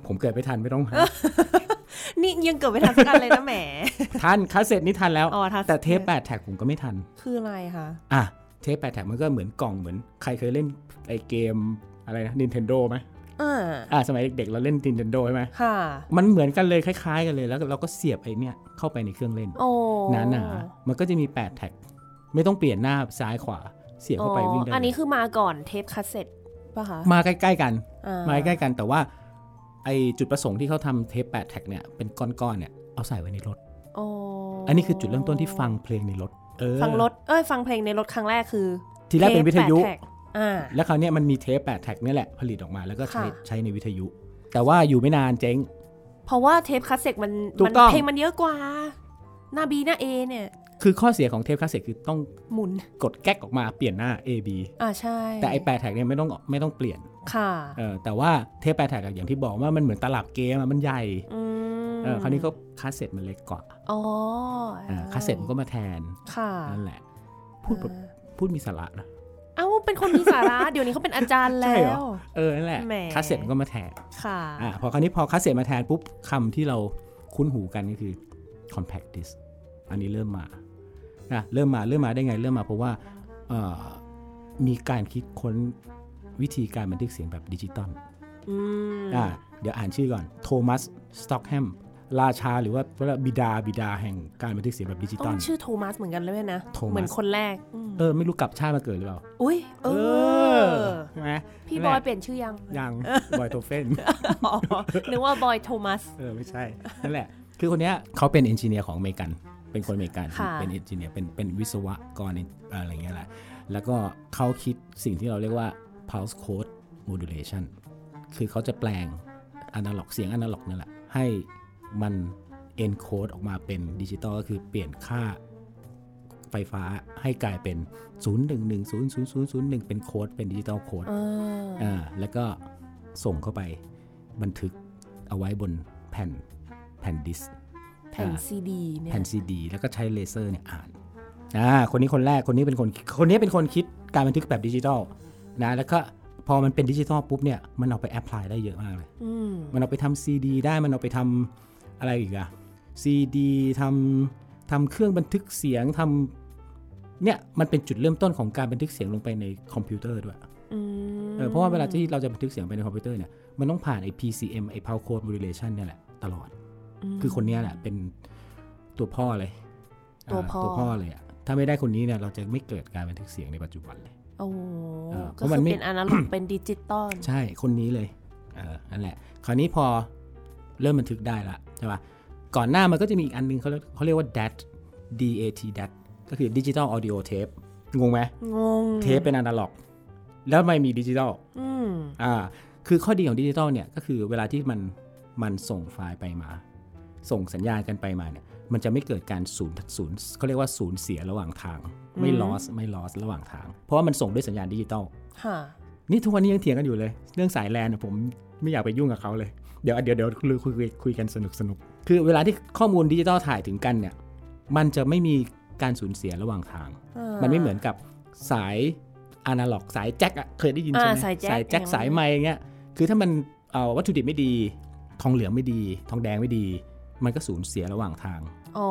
A: ผมเกิดไม่ทันไม่ต้องหา
B: นี่ยังเกิดไม่ทันสักอันเลยนะแหม
A: ทันคาสเซ็ตนี่ทันแล้ว
B: อ๋อทัน
A: แต่เทป 8 แท็กผมก็ไม่ทัน
B: คืออะไรคะ
A: อ่ะ เทป 8 แท็กมันก็เหมือนกล่องเหมือน ใครเคยเล่นไอ้เกมอะไรนะ Nintendo ไหม
B: อ่า
A: อ่ะ สมัยเด็กๆเราเล่น Nintendo ใช่ไหม
B: ค่ะ
A: มันเหมือนกันเลยคล้ายๆ กันเลย แล้วเราก็เสียบไอ้เนี่ยเข้าไปในเครื่องเล่น
B: โอ้
A: หนาๆ มันก็จะมี 8 แท็ก ไม่ต้องเปลี่ยนหน้าซ้ายขวา เสียบเข้าไปวิ่งได้
B: อ๋ออัน
A: เลย
B: นี้คือมาก่อนเทปคาสเซ็ตป่ะคะ
A: มาใกล้ๆกัน
B: อ่
A: มาใกล้ๆกัน แต่ว่าไอจุดประสงค์ที่เขาทำเทป8แท็กเนี่ย เป็นก้อนๆเนี่ย เอาใส่ไว้ในรถ
B: โอ้
A: อันนี้คือจุดเริ่มต้นที่ฟังเพลงในรถ เออ
B: ฟังรถเอ้ยฟังเพลงในรถครั้งแรกคือ
A: ทีแรกเป็นวิทยุ
B: เทปแปดแท็กอ่า
A: แล้วคราวเนี้ยมันมีเทปแปดแท็กเนี่ยแหละผลิตออกมาแล้วก็ใช้
B: ค่ะ
A: ใช้ในวิทยุ แต่ว่าอยู่ไม่นานเจ๊ง
B: เพราะว่าเทปคาสเซ็ตมัน
A: ถูก
B: มัน
A: ต้อง
B: เพลงมันเยอะกว่า หน้าบีหน้าเอเนี่ย
A: คือข้อเสียของเทปคาสเซ็ตคือต้อง
B: หมุน
A: กดแก๊กออกมาเปลี่ยนหน้า A B
B: อ่าใช่
A: แต่ไอแปดแท็กเนี่ยไม่ต้องไม่ต้องเปลี่ยน
B: ค่ะ
A: เออแต่ว่าเทปแปดแท็กอะอย่างที่บอกว่ามันเหมือนตลับเกมอะมันใหญ่
B: อืม
A: เออคราวนี้ก็คาสเซ็ตมันเล็กกว่า
B: อ๋อ
A: อ่าคาสเซ็ตมันก็มาแทน
B: ค่ะ
A: นั่นแหละ พูดแบบ
B: อ่า
A: พูดมีสาระนะ
B: เอ้าเป็นคนมีสาระ เดี๋ยวนี้เขาเป็นอาจารย์
A: ใช่เหร
B: แล้ว
A: เออนั่นแหละ
B: แหม
A: คาสเซ็ตมันก็มาแทน
B: ค่ะ
A: อ่าพอคราวนี้พอคาสเซ็ตมาแทนปุ๊บคำที่เราคุ้นหูกันก็คือ compact disc อันนี้เริ่มมานะเริ่มมาเริ่มมาได้ไงเริ่มมาเพราะว่าเอ่อมีการคิดค้นวิธีการบันทึกเสียงแบบดิจิตอล
B: อืม
A: อ่าเดี๋ยวอ่านชื่อก่อน โทมัส สต็อกแฮม ราชาหรือว่าพระบิดาบิดาแห่งการบันทึกเสียงแบบดิจิต
B: ต้
A: อ
B: อ
A: ล
B: งชื่อโทมัสเหมือนกันเลยนะ
A: โทมัส
B: เหมือนคนแรกอืม
A: เออ ไม่รู้กลับชาติมาเกิดหรือเปล่า
B: อุ้ยเอ
A: เอ
B: อ
A: ใช่ไหม
B: พี่บ
A: นั่น
B: อ
A: แห
B: ย
A: ละ
B: เปลี่ยนชื่อ ยัง
A: ยัง บอยโทเฟน
B: อ๋อนึกว่าบอยโทมัส
A: เออ ไม่ใช่ นั่นแหละ คือคนเนี้ยเขาเป็นเอนจิเนียร์ของอเมริกัน เป็นคนอเมริกัน
B: ค่ะ
A: เป็นเอนจิเนียร์ เป็นเป็นวิศวกรอะไรอย่างเงี้ยแหละ แล้วก็เขาคิดสิ่งที่เราเรียกว่า pulse code modulation คือเขาจะแปลงอนาล็อกเสียงอนาล็อกนั่นแหละ ให้มัน encode ออกมาเป็นดิจิตอลก็คือเปลี่ยนค่าไฟฟ้าให้กลายเป็น 0110001 เป็นโค้ดเป็นดิจิตอลโค้ด
B: เออ
A: อ่าแล้วก็ส่งเข้าไปบันทึกเอาไว้บนแผ่นแผ่นดิสก์
B: แผ่นซีดีเนี่ย
A: แผ่นซีดี แล้วก็ใช้เลเซอร์เนี่ยอ่านอ่าคนนี้คนแรกคนนี้เป็นคนคนนี้เป็นคนคิดการบันทึกแบบดิจิทัลนะแล้วก็พอมันเป็นดิจิทัลปุ๊บเนี่ยมันเอาไปแอพพลายได้เยอะมากเลย
B: อืม
A: มันเอาไปทำซีดีได้มันเอาไปทำอะไรอีกอะซีดีทำทำเครื่องบันทึกเสียงทำเนี่ยมันเป็นจุดเริ่มต้นของการบันทึกเสียงลงไปในคอมพิวเตอร์ด้วย
B: อืม
A: เออเพราะว่าเวลาที่เราจะบันทึกเสียงไปในคอมพิวเตอร์เนี่ยมันต้องผ่านไอ้ PCM ไอ้ Power Code Modulation เนี่ยแหละตลอด
B: ม
A: คือคนเนี้ยแหละเป็นตัวพ่อเลยา
B: ตัวพ่อ
A: ตัวพ่อเลยอะถ้าไม่ได้คนนี้เนี่ยเราจะไม่เกิดการบันทึกเสียงในปัจจุบันเลย
B: โอ้โห
A: เออเพ
B: ก็
A: ราะมั
B: คื
A: น
B: อ
A: ไม่
B: เป็นอนาล็อกเป็นดิจิตอล
A: ใช่คนนี้เลยเออนั่นแหละ คราวนี้พอเริ่มบันทึกได้ละใช่ปะก่อนหน้ามันก็จะมีอีกอันนึงเขาเรียกเขาเรียกว่า DAT DAT DAT ก็คือ Digital Audio Tape งงไหม
B: งง
A: เทปเป็นอนาล็อกแล้วทำไม่มีดิจิทัล
B: อืม
A: อ่าคือข้อดีของดิจิตอลเนี่ยก็คือเวลาที่มันมันส่งไฟล์ไปมา ส่งสัญญาณกันไปมาเนี่ยมันจะไม่เกิดการสูญสูญเขาเรียกว่าสูญเสียระหว่างทาง ไม่ลอสไม่ลอสระหว่างทาง เพราะว่ามันส่งด้วยสัญญาณดิจิตอล
B: ค่ะ
A: นี่ทุกวันนี้ยังเถียงกันอยู่เลย เรื่องสายแลนอะผมไม่อยากไปยุ่งกับเขาเลย เดี๋ยวเดี๋ยวเดี๋ยวคุยคุยคุยคุยกันสนุกสนุกคือเวลาที่ข้อมูลดิจิตอลถ่ายถึงกันเนี่ยมันจะไม่มีการสูญเสียระหว่างทาง
B: อ่า
A: มันไม่เหมือนกับสายอนาล็อกสายแจ็คอะเคยได้ยินใช่ไหม
B: อ่าสายแจ็ค
A: แจ็ค
B: อย่างนั้น
A: สายไม้อย่างเงี้ยคือถ้ามันเอ่อวัตถุดิบไม่ดี ทองเหลืองไม่ดี ทองแดงไม่ดี มันก็สูญเสียระหว่างทาง
B: อ๋อ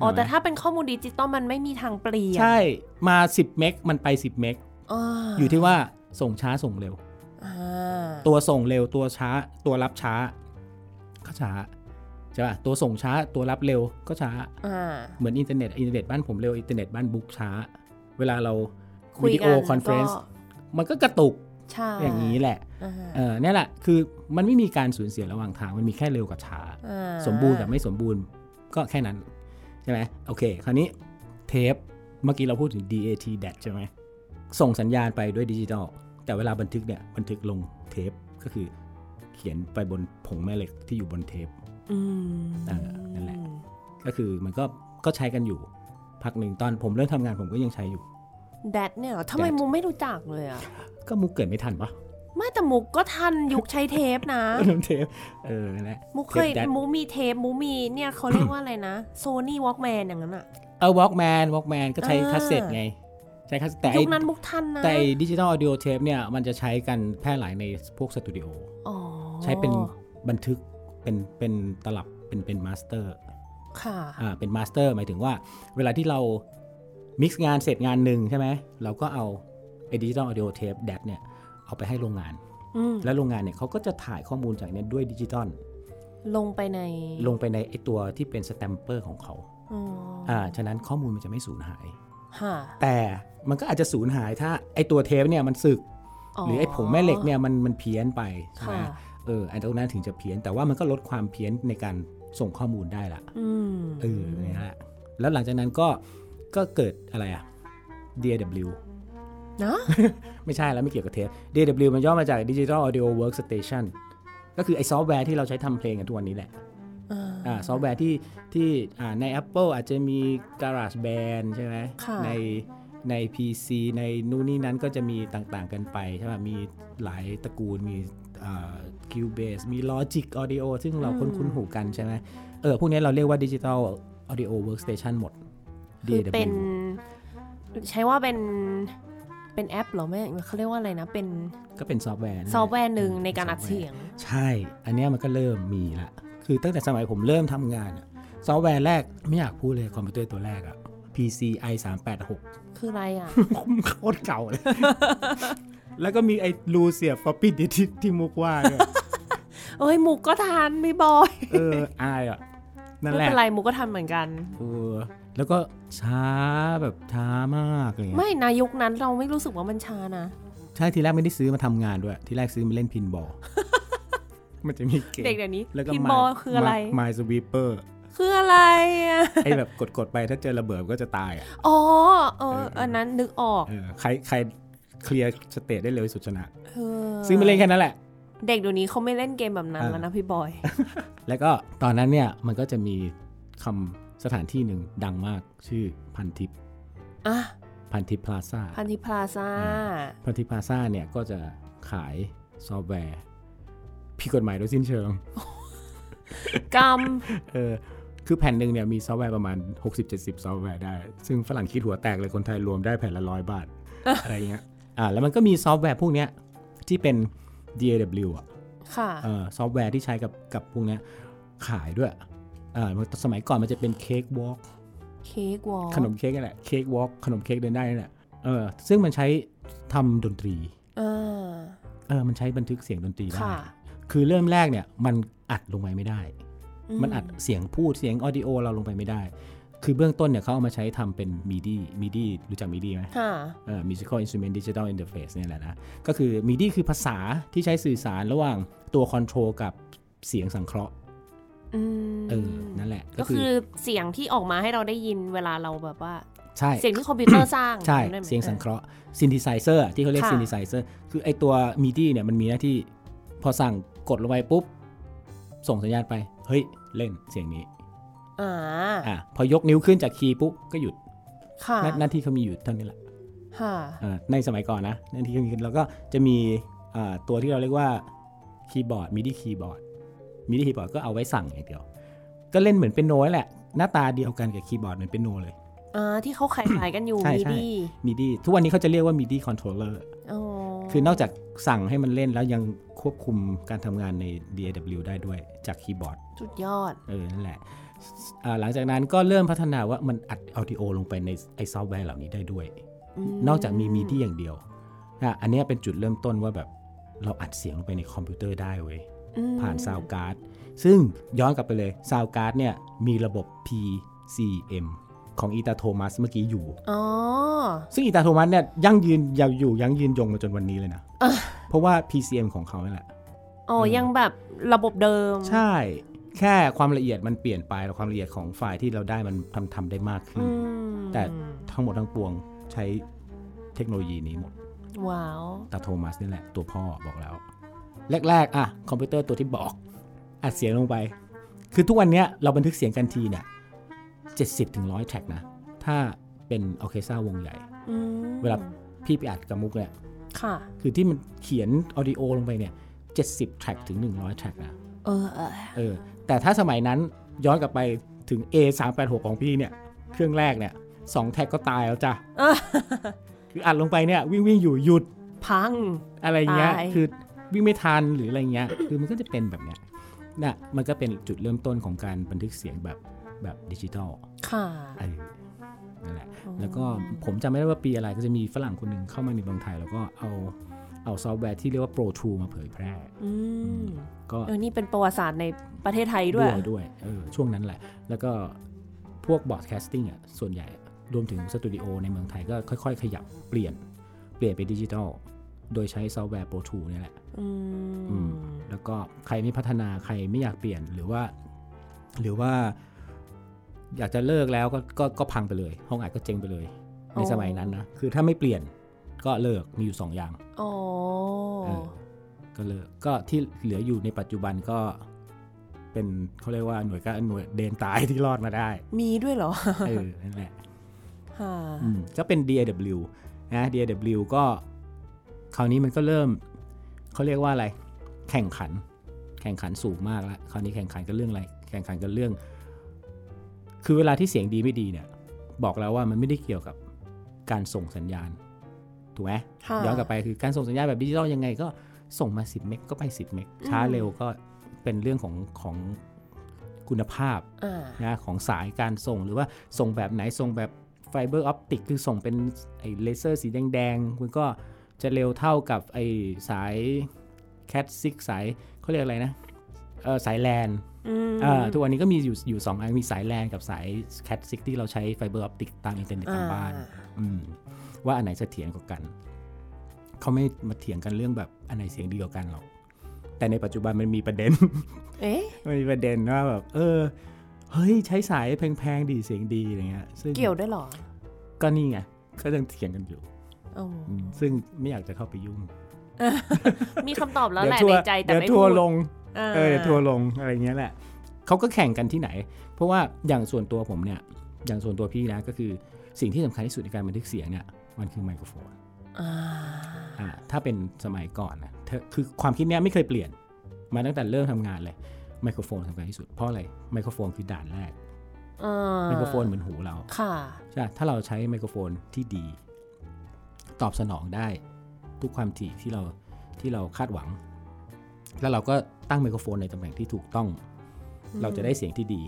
B: อ๋อ
A: เห็นไหม
B: แต่ถ้าเป็นข้อมูลดิจิตอลมันไม่มีทางเปลี่ยน
A: ใช่มา 10 เมกมันไป 10 เมก
B: อา
A: อยู่ที่ว่าส่งช้าส่งเร็ว
B: อ่า
A: ตัวส่งเร็วตัวช้าตัวรับช้า ก็ช้าใช่ป่ะตัวส่งช้าตัวรับเร็วก็ช้า
B: อ่า
A: เหมือนอินเทอร์เน็ตอินเทอร์เน็ตบ้านผมเร็วอินเทอร์เน็ตบ้านบุ๊กช้า เวลาเรา
B: คุย
A: วิดี
B: กั
A: โอนคอนเฟรนซ์
B: ก็
A: มันก็กระตุก
B: ใช่
A: อย่างนี้แหละ
B: อ่า
A: เออเนี่ยแหละคือมันไม่มีการสูญเสียระหว่างทาง มันมีแค่เร็วกับช้า
B: อ่า
A: สมบูรณ์กับไม่สมบูรณ์ก็แค่นั้น ใช่ไหมโอเค คราวนี้เทปเมื่อกี้เราพูดถึง DAT DAT ใช่ไหมส่งสัญญาณไปด้วยดิจิตอลแต่เวลาบันทึกเนี่ย บันทึกลงเทปก็คือเขียนไปบนผงแม่เหล็กที่อยู่บนเทป
B: อืม
A: เออนั่นแหละ ก็คือมันก็ก็ใช้กันอยู่ พักหนึ่งตอนผมเริ่มทำงานผมก็ยังใช้อยู่
B: แดดเนี่ยเหรอทำไม
A: แดด
B: มูไม่รู้จักเลยอ่ะ
A: ก็มุกเกิดไม่ทันปะ
B: ไม่แต่มุกก็ทันยุคใช้เทป นะ
A: เทปเออนั่นแหละ
B: มุกเคย
A: ทป DAT
B: มุกมีเทปมุกมีเนี่ยเขาเรียกว่าอะไรนะ โซนี่วอล์กแมนอย่างนั้นอ่ะ
A: เออวอล์กแมนวอล์กแมนก็ใช้
B: อ่า
A: คาสเซ็ตไง ใช้คาสแต่ไอ้
B: ยุคนั้นมุกทันนะ
A: แต่ดิจิตอลออดิโอเทปเนี่ย มันจะใช้กันแพร่หลายในพวกสตูดิโอ
B: อ๋อ
A: ใช้เป็นบันทึกเป็นเป็นตลับเป็นเป็นมาสเตอร์
B: ค่ะ
A: อ่าเป็นมาสเตอร์หมายถึงว่าเวลาที่เรามิกซ์งานเสร็จงานหนึ่งใช่ไหมเราก็เอาไอ้ดิจิตอลออดิโอเทปแดดเนี่ย เอาไปให้โรงงาน
B: อืม
A: แล้วโรงงานเนี่ยเขาก็จะถ่ายข้อมูลจากเนี้ยด้วยดิจิตอล
B: ลงไปใน
A: ลงไปในไอ้ตัวที่เป็นสแตมเปอร์ของเขา
B: อ๋อ
A: อ่าฉะนั้นข้อมูลมันจะไม่สูญหาย
B: ค่ะ
A: แต่มันก็อาจจะสูญหายถ้าไอตัวเทปเนี่ยมันสึก หรือไอผงแม่เหล็กเนี่ยมันมันเพี้ยนไปใช่ไหม
B: ค่ะ
A: เออไอตรงนั้นถึงจะเพี้ยนแต่ว่ามันก็ลดความเพี้ยนในการส่งข้อมูลได้ละ
B: อืม
A: เออเนี่ยแหละแล้วหลังจากนั้นก็ ก็เกิดอะไรอะ DAW
B: นะ
A: ไม่ใช่แล้วไม่เกี่ยวกับเทป DAW มันย่อมาจาก Digital Audio Workstation ก็คือไอซอฟต์แวร์ที่เราใช้ทำเพลงกันทุกวันนี้แหละ อ่าซอฟต์แวร์ที่ที่อ่าใน Apple อาจจะมี GarageBand ใช่ไหม
B: ค่ะ
A: ในใน PC ในนู่นนี่นั้นก็จะมีต่างๆกันไปใช่ไหมมีหลายตระกูลมีอ่า Cubase มี Logic Audio ซึ่งเราคุ้นๆหูกันใช่ไหมเออพวกนี้เราเรียกว่า Digital Audio Workstation หมด
B: คือเป็น
A: DAW
B: ใช้ว่าเป็นเป็นแอปเหรอแม่เขาเรียกว่าอะไรนะ เป็น
A: ก็เป็นซอฟต์แวร์นั่นแหละ
B: ซอฟต์แวร์หนึ่งในการอัดเสียง
A: ใช่ อันเนี้ยมันก็เริ่มมีละ คือตั้งแต่สมัยผมเริ่มทำงานอะซอฟต์แวร์แรกไม่อยากพูดเลยคอมพิวเตอร์ตัวแรกอะ PCI 386
B: คืออะไรอ่ะ
A: โคตรเก่าเลย แล้วก็มีไอ้รูเสียบฟอปปี้ดิที่ที่มุกว่าด้วย
B: เอ้ยหมูก็ทานไม่บอย
A: เออ อายอ่ะ นั่นแห
B: ไม่
A: ละ
B: เป็นไรหมูก็ทำเหมือนกัน
A: เออแล้วก็ช้าแบบช้ามากอะไรเลย
B: ไม่นายุคนั้นเราไม่รู้สึกว่ามันช้านะ
A: ใช่ทีแรกไม่ได้ซื้อมาทำงานด้วย ทีแรกซื้อมาเล่นพินบอล มันจะมีเกม
B: เด็กเดี๋ยวนี้
A: แล้วก็
B: พินบอลคืออะไร
A: มายสวีเปอร์
B: คืออะไรอ่ะ
A: ไอ้แบบกด ๆ ไปถ้าเจอระเบิดก็จะตายอ่ะ
B: อ๋อเอออันนั้นนึกออก
A: เออใครใครเคลียร์สเตจได้เร็วที่สุดชนะ
B: เออ
A: ซื้อมาเล่นแค่นั้นแหละ
B: เด็กเดี๋ยวนี้เขาไม่เล่นเกมแบบนั้น
A: อ่า
B: แล้วนะพี่บอย
A: แล้วก็ตอนนั้นเนี่ยมันก็จะมีคำสถานที่หนึ่งดังมากชื่อพันทิพย์
B: อ่ะ
A: พันทิพย์พลาซ่า
B: พันธิพลาซ่า
A: พันทิพย์พลาซ่าเนี่ยก็จะขายซอฟต์แวร์ผิดกฎหมายโดยสิ้นเชิง
B: กรรม
A: เออคือแผ่นหนึ่งเนี่ยมีซอฟต์แวร์ประมาณ 60-70 ซอฟต์แวร์ได้ ซึ่งฝรั่งคิดหัวแตกเลยคนไทยรวมได้แผ่นละร้อยบาท อะไรเงี้ยอ่าแล้วมันก็มีซอฟต์แวร์พวกเนี้ยที่เป็น DAW อ่ะ
B: ค่ะ
A: เอ่อซอฟต์แวร์ที่ใช้กับกับพวกเนี้ยขายด้วยเอ่อสมัยก่อนมันจะเป็นเค้กวอล์ก
B: เค้กวอล
A: ขนมเค้กนั่นแหละเค้กวอล์กขนมเค้กเดินได้นั่นแหละเออซึ่งมันใช้ทำดนตรี
B: อ่า
A: เออมันใช้บันทึกเสียงดนตรีได้
B: ค่ะ
A: คือเริ่มแรกเนี่ยมันอัดลงไปไม่ได้
B: อืม
A: มันอัดเสียงพูดเสียงออดิโอเราลงไปไม่ได้ คือเบื้องต้นเนี่ยเขาเอามาใช้ทำเป็นมิดี้มิดี้รู้จักมิดี้ไหม
B: ค่ะ
A: เอ่อ musical instrument digital interface เนี่ยแหละนะ ก็คือ MIDI คือภาษาที่ใช้สื่อสารระหว่างตัวคอนโทรลกับเสียงสังเคราะห์
B: อืม
A: เออนั่นแหละ
B: ก็คือเสียงที่ออกมาให้เราได้ยินเวลาเราแบบว่า
A: ใช่
B: เสียงที่คอมพิวเตอร์สร้าง
A: ใช่
B: ได้ไหม
A: เสียงสังเคราะห์ synthesizer อะที่เขาเรียก
B: ค่ะ
A: synthesizer คือไอตัว MIDI เนี่ยมันมีหน้าที่พอสั่งกดลงไปปุ๊บ ส่งสัญญาณไป เฮ้ย เล่นเสียงนี้
B: อ่า
A: อ่ะพอยกนิ้วขึ้นจากคีย์ปุ๊บ ก็หยุด
B: ค่ะ
A: หน้าหน้าที่เขามีอยู่เท่านี้แหละ
B: ค่ะ
A: อ่าในสมัยก่อนนะนั่นที่มีขึ้นแล้วก็จะมีอ่าตัวที่เราเรียกว่าคีย์บอร์ดมิดิคีย์บอร์ดมิดิคีย์บอร์ดก็เอาไว้สั่งอย่างเดียว ก็เล่นเหมือนเป็นโนแหละ หน้าตาเดียวกันกับคีย์บอร์ดเหมือนเป็นโนเลย
B: อ่า ที่เขาขายขายๆกันอยู่
A: ใช่
B: มี
A: ใช่
B: ดี
A: มิดิทุกวันนี้เขาจะเรียกว่ามิดิคอนโทรลเลอร์
B: อ๋อ
A: คือนอกจากสั่งให้มันเล่นแล้วยังควบคุมการทำงานใน DAW ได้ด้วยจากคีย์บอร์ด
B: สุดยอด
A: เออ นั่นแหละอ่าหลังจากนั้นก็เริ่มพัฒนาว่ามันอัดออดิโอลงไปในไอซอฟต์แวร์เหล่านี้ได้ด้วย นอกจากมีมีที่อย่างเดียวอ่ะอันเนี้ยเป็นจุดเริ่มต้นว่าแบบเราอัดเสียงลงไปในคอมพิวเตอร์ได้เว้ย
B: อืม
A: ผ่านซาวการ์ด ซึ่งย้อนกลับไปเลยซาวการ์ดเนี่ย มีระบบ PCM ของอีตาโทมัสเมื่อกี้อยู่
B: อ๋อ
A: ซึ่งอีตาโทมัสเนี่ยยั่งยืนยาวอยู่ยั่งยืนยงมาจนวันนี้เลยนะ เพราะว่า PCM ของเขาเนี่ยแหละ
B: อ๋อ ยังแบบระบบเดิม
A: ใช่ แค่ความละเอียดมันเปลี่ยนไปแล้วความละเอียดของไฟล์ที่เราได้มันทำทำได้มากขึ้น
B: อืม
A: แต่ทั้งหมดทั้งปวงใช้เทคโนโลยีนี้หมด
B: ว้าว
A: ตาโทมัสนี่แหละ ตัวพ่อบอกแล้ว แรกๆ อ่ะ คอมพิวเตอร์ตัวที่บอก อัดเสียงลงไป คือทุกวันเนี้ยเราบันทึกเสียงกันทีเนี่ยเจ็ดสิบถึงร้อยแทร็กนะ ถ้าเป็นออร์เคสตราวงใหญ่
B: อืม
A: เวลาพี่ไปอัดกับมุกเนี่ย
B: ค่ะ
A: คือที่มันเขียนออดิโอลงไปเนี่ยเจ็ดสิบแทร็กถึงหนึ่งร้อยแทร็กนะ
B: เออเออ
A: เออ แต่ถ้าสมัยนั้นย้อนกลับไปถึง A 3 8 6ของพี่เนี่ย เครื่องแรกเนี่ยสองแทร็กก็ตายแล้ว จ้ะ คืออัดลงไปเนี่ยวิ่งวิ่งๆอยู่หยุด
B: พัง
A: อะไรเงี้ย
B: ตาย
A: คือวิ่งไม่ทันหรืออะไรเงี้ย คือมันก็จะเป็นแบบเนี้ยน่ะ มันก็เป็นจุดเริ่มต้นของการบันทึกเสียงแบบแบบดิจิทัล
B: ค่ะ
A: เออนั่นแหละ แล้วก็ผมจำไม่ได้ว่าปีอะไรก็จะมีฝรั่งคนหนึ่งเข้ามาในเมืองไทย แล้วก็เอาเอาซอฟต์แวร์ที่เรียกว่า Pro t o o l มาเผยแพร่
B: อืม
A: ก็
B: เออ นี่เป็นประวัติศาสตร์ในประเทศไทยด้
A: ด้
B: ว
A: วย ยด้วยเออช่วงนั้นแหละ แล้วก็พวกบอร์ดแคสติ้งอ่ะ ส่วนใหญ่อะรวมถึงสตูดิโอในเมืองไทยก็ค่อยๆ ขยับเปลี่ยนเปลี่ยนไปดิจิทัลโดยใช้ซอฟต์แวร์ Pro t o o l เนี่ยแหละ
B: อื
A: อื
B: ม
A: มแล้วก็ใครไม่พัฒนาใครไม่อยากเปลี่ยนหรือว่า หรือว่า อยากจะเลิกแล้วก็ก็ก็พังไปเลย ห้องอัดก็เจ๊งไปเลย ในสมัยนั้นนะคือถ้าไม่เปลี่ยนก็เลิกมีอยู่สองอย่าง
B: อ๋อ
A: เออก็เลิกก็ที่เหลืออยู่ในปัจจุบันก็เป็นเขาเรียกว่าหน่วยก็หน่วยเดนตายที่รอดมาได้
B: มีด้วยเหรอ
A: เออนั่นแหละ
B: ฮ่า
A: อืมก็เป็น DAW นะ DAW ก็ คราวนี้มันก็เริ่มเขาเรียกว่าอะไร แข่งขัน แข่งขันสูงมากแล้วคราวนี้แข่งขันกันเรื่องอะไร แข่งขันกันเรื่อง คือเวลาที่เสียงดีไม่ดีเนี่ย บอกแล้วว่ามันไม่ได้เกี่ยวกับการส่งสัญญาณ ถูกไหม
B: ค่ะ
A: ย้อนกลับไปคือการส่งสัญญาณแบบดิจิตอลยังไงก็ส่งมา 10 เมกก็ไป 10 เมกช้าเร็วก็เป็นเรื่องของของคุณภาพ
B: อ่า
A: นะของสายการส่งหรือว่าส่งแบบไหนส่งแบบไฟเบอร์ออปติกคือส่งเป็นไอ้เลเซอร์สีแดงๆมันก็จะเร็วเท่ากับไอ้สาย Cat 6 สายเขาเรียกอะไรนะเออสายแลน
B: อืม
A: เออทุกวันนี้ก็มีอยู่อยู่สองอันมีสายแลนกับสาย Cat 6 ที่เราใช้ไฟเบอร์ออปติกตามอินเทอร์เน็ตตามบ้าน
B: อ่
A: อืมว่าอันไหนเสถียรกว่ากัน เขาไม่มาเถียงกันเรื่องแบบอันไหนเสียงดีกว่ากันหรอกแต่ในปัจจุบันมันมีประเด็น
B: เอ๊ะ
A: มันมีประเด็นว่าแบบเออ เฮ้ยใช้สายแพงๆดีเสียงดีอะไรเงี้ยซึ่ง
B: เกี่ยวด้วยเหรอ
A: ก็นี่ไงก็ยังเถียงกันอยู่
B: อ๋อ
A: อืมซึ่งไม่อยากจะเข้าไปยุ่ง
B: มีคำตอบแล้ว
A: เดี๋
B: แหละ
A: ทัว
B: ใน
A: ร์
B: ใจแต่
A: เดี๋ยว
B: ไม่
A: ทั
B: พู
A: วร์
B: ด
A: ลง
B: า
A: เออเดี๋ยวทัวร์ลงอะไรเงี้ยแหละเขาก็แข่งกันที่ไหน เพราะว่าอย่างส่วนตัวผมเนี่ย อย่างส่วนตัวพี่นะก็คือสิ่งที่สำคัญที่สุดในการบันทึกเสียงเนี่ยมันคือไมโครโฟน
B: อ่า
A: อ่าถ้าเป็นสมัยก่อนนะเธอคือความคิดเนี้ยไม่เคยเปลี่ยน มาตั้งแต่เริ่มทำงานเลยไมโครโฟนสำคัญที่สุดเพราะอะไรไมโครโฟนคือด่านแรก
B: อ่า
A: ไมโครโฟนเหมือนหูเรา
B: ค่ะ
A: ใช่ ถ้าเราใช้ไมโครโฟนที่ดี ตอบสนองได้ทุกความถี่ที่เราที่เราคาดหวัง แล้วเราก็ตั้งไมโครโฟนในตำแหน่งที่ถูกต้อง เราจะได้เสียงที่ดี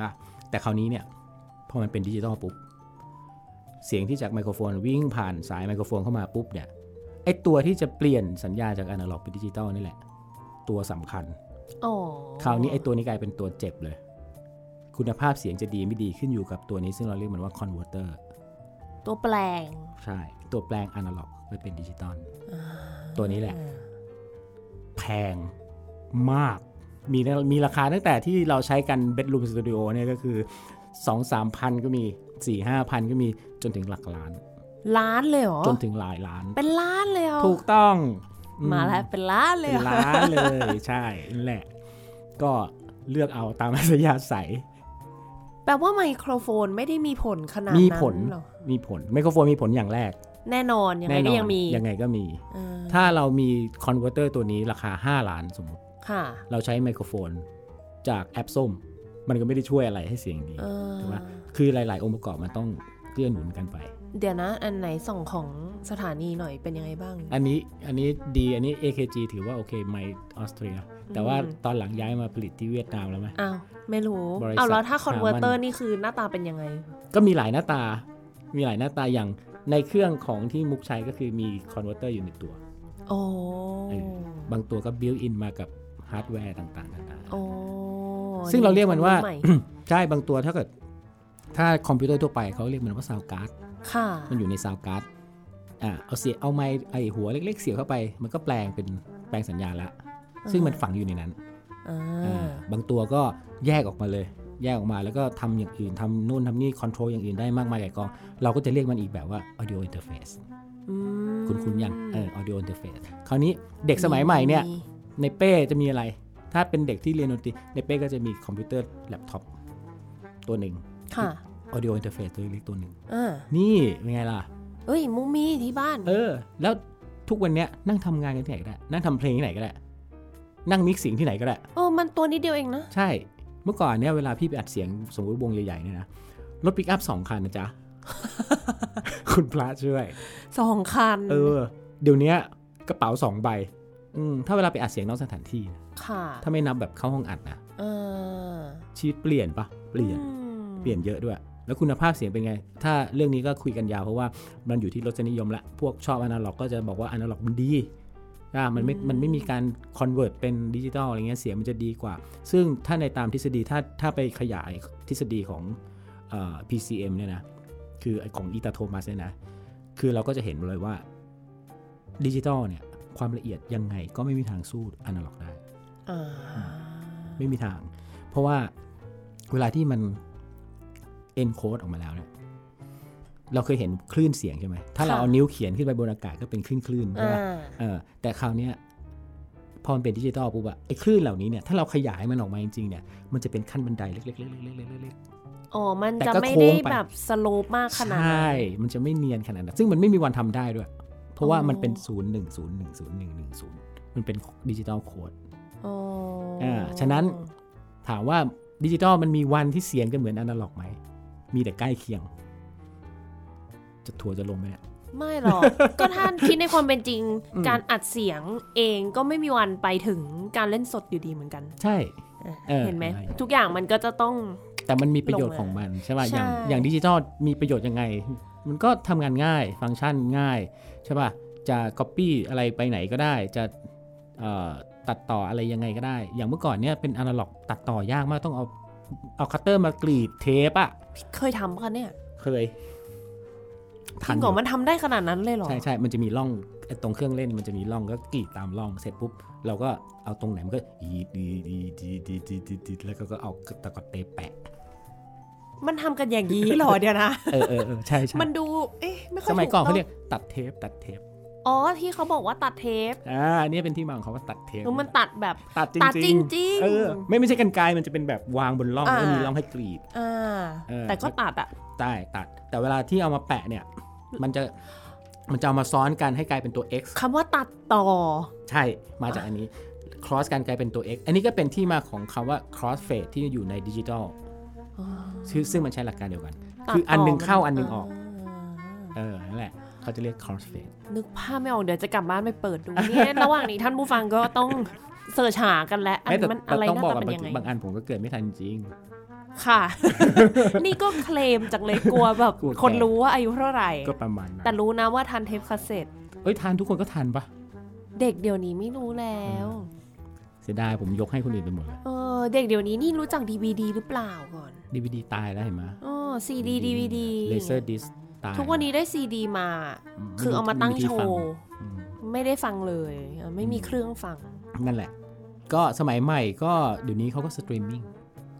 A: นะแต่คราวนี้เนี่ยพอมันเป็นดิจิตอลปุ๊บ เสียงที่จากไมโครโฟนวิ่งผ่านสายไมโครโฟนเข้ามาปุ๊บเนี่ยไอตัวที่จะเปลี่ยนสัญญาณจากอนาล็อกเป็นดิจิตอลนี่แหละ ตัวสำคัญ
B: อ๋อ
A: คราวนี้ไอตัวนี้กลายเป็นตัวเจ็บเลย คุณภาพเสียงจะดีไม่ดีขึ้นอยู่กับตัวนี้ซึ่งเราเรียกมันว่าคอนเวอร์เตอร์
B: ตัวแปลง
A: ใช่ ตัวแปลงอนาล็อกไปเป็นดิจิตอลตัวนี้แหละ แพงมาก มีนะมีราคาตั้งแต่ที่เราใช้กันเบดรูมสตูดิโอเนี่ยก็คือ 2 3 0 0 0 ก็มี 4 5 0 0 0 ก็มีจนถึงหลักล้าน
B: ล้านเลยเหรอ
A: จนถึงหลายล้าน
B: เป็นล้านเลยเหรอ
A: ถูกต้องอื
B: มาแล้วเป็นล้านเลย
A: เป็น
B: เหรอ
A: ล้านเลยใช่นั่นแหละ ก็เลือกเอาตามอัธยาศัย
B: แปลว่าไมโครโฟนไม่ได้มีผลขนาด
A: มี
B: นั้
A: ผล
B: นเหรอ
A: มีผลไมโครโฟนมีผลอย่างแรก
B: แน่นอนยังไงก็ยังมี
A: ยังไงก็มี
B: อ่า
A: ถ้าเรามีคอนเวอร์เตอร์ตัวนี้ราคา 5 ล้านสมมติ
B: ค่ะ
A: เราใช้ไมโครโฟนจากแอปส้ม มันก็ไม่ได้ช่วยอะไรให้เสียงดี
B: เออ
A: ถูกไหมคือหลาย ๆ องค์ประกอบมันต้องเกื้อหนุนกันไป
B: เดี๋ยวนะ อันไหนส่องของสถานีหน่อยเป็นยังไงบ้าง
A: อันนี้อันนี้ดีอันนี้ AKG ถือว่าโอเคไมออสเตรีย แต่ว่าตอนหลังย้ายมาผลิตที่เวียดนามแล้วไหม
B: อ้าว ไม่รู้
A: บริษัท
B: เอาแล้วถ้าคอนเวอร์เตอ
A: Harman
B: ร์นี่คือหน้าตาเป็นยังไง
A: ก็มีหลายหน้าตา มีหลายหน้าตาอย่างในเครื่องของที่มุกใช้ก็คือมีคอนเวอร์เตอร์อยู่ในตัว
B: โอ้
A: เออ บางตัวก็บิวอินมากับฮาร์ดแวร์ต่างๆนานา
B: โอ้
A: ซึ่งเราเรียกมันว่า
B: ให
A: ใช่บางตัวถ้าเกิดถ้าคอมพิวเตอร์ทั่วไปเขาเรียกมันว่าซาวการ์ด
B: ค่ะ
A: มันอยู่ในซาวการ์ดอ่ะเอาเสียงเอาไม้ไอหัวเล็ก ๆ เสียบเข้าไป มันก็แปลงเป็นแปลงสัญญาณละ ซึ่งมันฝังอยู่ในนั้น
B: อ่า
A: อ่าบางตัวก็แยกออกมาเลย แยกออกมาแล้วก็ทำอย่างอื่นทำนู่นทำนี่คอนโทรลอย่างอื่นได้มากมายหลายกองเราก็จะเรียกมันอีกแบบว่า audio interface
B: อืม
A: คุณคุณยังเออ audio interface คราวนี้เด็กสมัยใหม่เนี่ยในเป้จะมีอะไร ถ้าเป็นเด็กที่เรียนดนตรีในเป้ก็จะมีคอมพิวเตอร์แล็ปท็อปตัวหนึ่ง
B: ค่ะ
A: ออดิโออินเทอร์เฟซตัวเล็กๆตัวหนึ่ง
B: อ่า
A: นี่เป็นไงล่ะ
B: เอ้ยมุมมีที่บ้าน
A: เออ แล้วทุกวันเนี้ยนั่งทำงานกันที่ไหนก็ได้ นั่งทำเพลงที่ไหนก็ได้ นั่งมิกซ์เสียงที่ไหนก็ได้
B: โอ้ มันตัวนิดเดียวเองนะ
A: ใช่ เมื่อก่อนเนี่ยเวลาพี่ไปอัดเสียงสมมติวงใหญ่ๆเนี่ยนะ รถปิกอัพสองคันนะจ๊ะ คุณพระช่วย
B: สองคัน
A: เออ เดี๋ยวเนี้ยกระเป๋าสองใบ อืมถ้าเวลาไปอัดเสียงนอกสถานที่นะ
B: ค่ะ
A: ถ้าไม่นับแบบเข้าห้องอัดนะ
B: เออ
A: ชีวิตเปลี่ยนปะเปลี่ยน
B: อืม
A: เปลี่ยนเยอะด้วย แล้วคุณภาพเสียงเป็นไง ถ้าเรื่องนี้ก็คุยกันยาวเพราะว่ามันอยู่ที่รสนิยมละ พวกชอบอนาล็อกก็จะบอกว่าอนาล็อกมันดีอ่ามันไม่ มันไม่มีการคอนเวิร์ตเป็นดิจิตอลอะไรเงี้ย เสียงมันจะดีกว่า ซึ่งถ้าในตามทฤษฎี ถ้า ถ้าไปขยายทฤษฎีของเออ PCM เนี่ยนะ คือไอ้ของอีตาโทมัสเนี่ยนะ คือเราก็จะเห็นเลยว่าดิจิตอลเนี่ย ความละเอียดยังไงก็ไม่มีทางสู้อนาล็อกได้
B: อ่า
A: ไม่มีทาง เพราะว่าเวลาที่มัน encode ออกมาแล้วเนี่ยเราเคยเห็นคลื่นเสียงใช่ไหมถ้าเรา
B: ค่ะ
A: เอานิ้วเขียนขึ้นไปบนอากาศก็เป็นคลื่นคลื่นๆใช่ปะ
B: อ่า
A: เออแต่คราวเนี้ยพอมันเป็นดิจิตอลปุ๊บอะไอ้คลื่นเหล่านี้เนี่ยถ้าเราขยายมันออกมาจริงๆเนี่ยมันจะเป็นขั้นบันไดเล็กๆเล็กๆเล็กๆเล็ก
B: อ๋อ มัน
A: แต่
B: จะ
A: ก็
B: ไม่
A: โค้
B: ได้
A: งไป
B: แบบสโลปมาก
A: ๆ
B: ขนาดนั้
A: ใช่
B: น
A: มันจะไม่เนียนขนาดนั้นซึ่งมันไม่มีวันทำได้ด้วย เพราะว่า
B: อ๋อ
A: มันเป็น 0 1 0 1 0 1 1 0 มันเป็นดิจิตอลโค้ด
B: อ๋ออา
A: ฉะนั้น ถามว่าดิจิตอลมันมีวันที่เสียงจะเหมือนอนาล็อกไหม มีแต่ใกล้เคียง จะถั่วจะลงไหมเนี่ย
B: ไม่หรอก ก็ท่านคิดในความเป็นจริง
A: อืม
B: การอัดเสียงเองก็ไม่มีวันไปถึงการเล่นสดอยู่ดีเหมือนกัน
A: ใช่
B: อ่ะ
A: เออ
B: เห็นไหม
A: ใช่
B: ทุกอย่างมันก็จะต้อง
A: แต่มันมีประโยชน์ของมันใช่ป่ะอ
B: ใช่
A: ย่างอย่างดิจิทัลมีประโยชน์ยังไง มันก็ทำงานง่าย ฟังก์ชันง่ายใช่ป่ะ จะ Copy อะไรไปไหนก็ได้ จะเอ่อตัดต่ออะไรยังไงก็ได้ อย่างเมื่อก่อนเนี่ยเป็นอนาล็อกตัดต่อยากมากต้องเอาเอาคัตเตอร์มากรีดเทปอะ
B: เคยทำปะคะเนี่ย
A: เคย
B: จริงเหรอมันทำได้ขนาดนั้นเลยเหรอ
A: ใช่ใช่มันจะมีร่องไอ้ตรงเครื่องเล่นมันจะมีร่องก็กรีดตามร่องเสร็จปุ๊บ เราก็เอาตรงไหนมันก็อีดอีดอีดอีดอีดอีดอีดอีดแล้วก็เอาตะกอดเทปแปะ
B: มันทำกันอย่างนี้เหรอเดี๋ยวนะ
A: เออเออเออใช่ใช่
B: มันดู เอ๊ะ ไม่ค่อย
A: สมัยก่อน
B: ถู
A: เขา
B: ต้ง
A: เรียกตัดเทปตัดเทป
B: อ๋อ ที่เขาบอกว่าตัดเทป
A: อ่าอันนี่เป็นที่มาของเขาว่าตัดเทป
B: เออมันตัดแบบ
A: ตัดจริง
B: ตัดจริงๆ
A: เออไม่ไม่ใช่กันไกลมันจะเป็นแบบวางบนร่อง
B: อ่า
A: แล้วมีร่องให้กรีด
B: อ่า
A: เออ
B: แต่ก็ตัดอะ
A: ใต้ตัด แต่เวลาที่เอามาแปะเนี่ย มันจะมันจะเอามาซ้อนกันให้กลายเป็นตัว x
B: คำว่าตัดต่อ
A: ใช่มาจากอันนี้ cross กันกลายเป็นตัว x อันนี้ก็เป็นที่มาของคำว่า cross fade ที่อยู่ในดิจิ t a ลซึ่งซึ่งมันใช้หลักการเดียวกัน
B: ตัด
A: คืออันหนึง
B: มั
A: เข้าอันหนึงออก
B: า
A: เออนั่นแหละเขาจะเรียก cross fade
B: นึกภาพไม่ออกเดี๋ยวจะกลับบ้านไปเปิดดูเนี่ย ระหว่างนี้ท่านผู้ฟังก็ต้องเสิร์ชหากันแล้วอัน
A: เยแต่
B: มัน
A: แต่
B: อะไรห
A: ต้อง
B: น้า
A: บอก
B: ตา
A: กับาน
B: เป็
A: ง
B: ยังไง
A: บางอันผมก็เกิดไม่ทันจริง
B: ค่ะ นี่ก็เคลมจังเลยกลัวแบบ
A: กลัวแก่
B: คนรู้ว่าอายุเท่าไหร่
A: ก็ประมาณนั้
B: แต่
A: น
B: รู้นะว่าทันเทปคาสเซ็ต
A: เอ้ยทานทุกคนก็ทานปะ
B: เด็กเดี๋ยวนี้ไม่รู้แล้ว
A: เสียดายผมยกให้คนอื่นไปหมดเลย
B: เออเด็กเดี๋ยวนี้นี่รู้จักดี d ดีหรือเปล่าก่อน
A: ดีวดีตายแล้วเห็นไหม
B: อ๋อซีดีดีวดี
A: เลเซอร์ดิสตาย
B: ทุกวันนี้ได้ซีดีมา
A: อืม
B: คือเอามาตั้ง
A: ไม่มีที่
B: โช
A: ฟัง
B: ว์
A: อืม
B: ไม่ได้ฟังเลยเออไม่มีเครื่องฟัง
A: นั่นแหละ ก็สมัยใหม่ก็เดี๋ยวนี้เขาก็สตรีมมิ่ง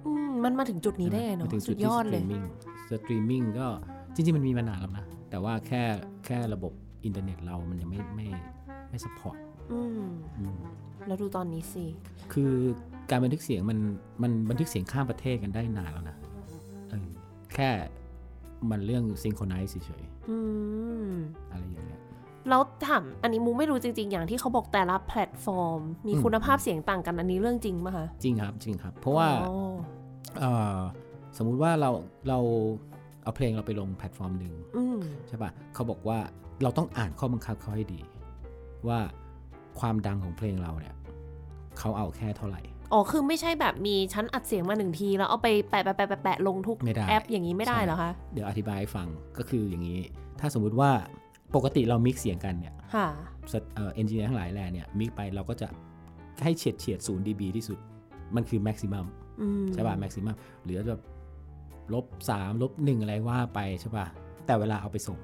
B: อืมมันมาถึงจุดนี้ได้ไง
A: มา
B: เนาะ
A: ถึงจุ
B: สุ
A: ด
B: ดย
A: ที่
B: อ
A: ส
B: ด
A: ต
B: เล
A: รี
B: ย
A: มมิ่งสตรีมมิ่งก็จริงๆมันมีมานานแล้วนะ แต่ว่าแค่แค่ระบบอินเทอร์เน็ตเรามันยังไม่ไม่ไม่สปอร์ต
B: อืม แล้วดูตอนนี้สิ
A: คือการบันทึกเสียงมันมันบันทึกเสียงข้ามประเทศกันได้นานแล้วนะเออแค่มันเรื่องซิงโครไนซ์เฉย
B: อืม
A: ๆอะไรอย่างเงี้ย
B: แล้วถามอันนี้มูไม่รู้จริง ๆ อย่างที่เขาบอกแต่ละแพลตฟอร์ม มี
A: อืม
B: คุณภาพเสียงต่างกันอันนี้เรื่องจริงปะคะ
A: จริงครับจริงครับ เพราะว่า
B: อ๋อ
A: เอ่อสมมุติว่าเราเราเอาเพลงเราไปลงแพลตฟอร์มหนึ่ง
B: อืม
A: ใช่ปะเขาบอกว่าเราต้องอ่านข้อบังคับเขาให้ดี ว่าความดังของเพลงเราเนี่ยเขาเอาแค่เท่าไหร่
B: อ๋อ คือไม่ใช่แบบมีชั้นอัดเสียงมาหนึ่งที แล้วเอาไปแปะแปะแปะแปะแปะลงทุก
A: ไม่ได้
B: แอปอย่างนี้ไม่ได้เหรอคะ
A: เดี๋ยวอธิบายให้ฟังก็คืออย่างนี้ ถ้าสมมุติว่าปกติเรามิกเสียงกันเนี่ย
B: ค่ะ
A: สตเอ่อนจิเนียร์ทั้งหลายแหล่เนี่ยมิกไปเราก็จะให้เฉียดเฉียด0 dB ที่สุด มันคือแม็กซิมัม
B: อืม
A: ใช่ป่ะแม็กซิมัมหรือแบบลบสามลบหนึ่งอะไรว่าไปใช่ป่ะ แต่เวลาเอาไปส่ง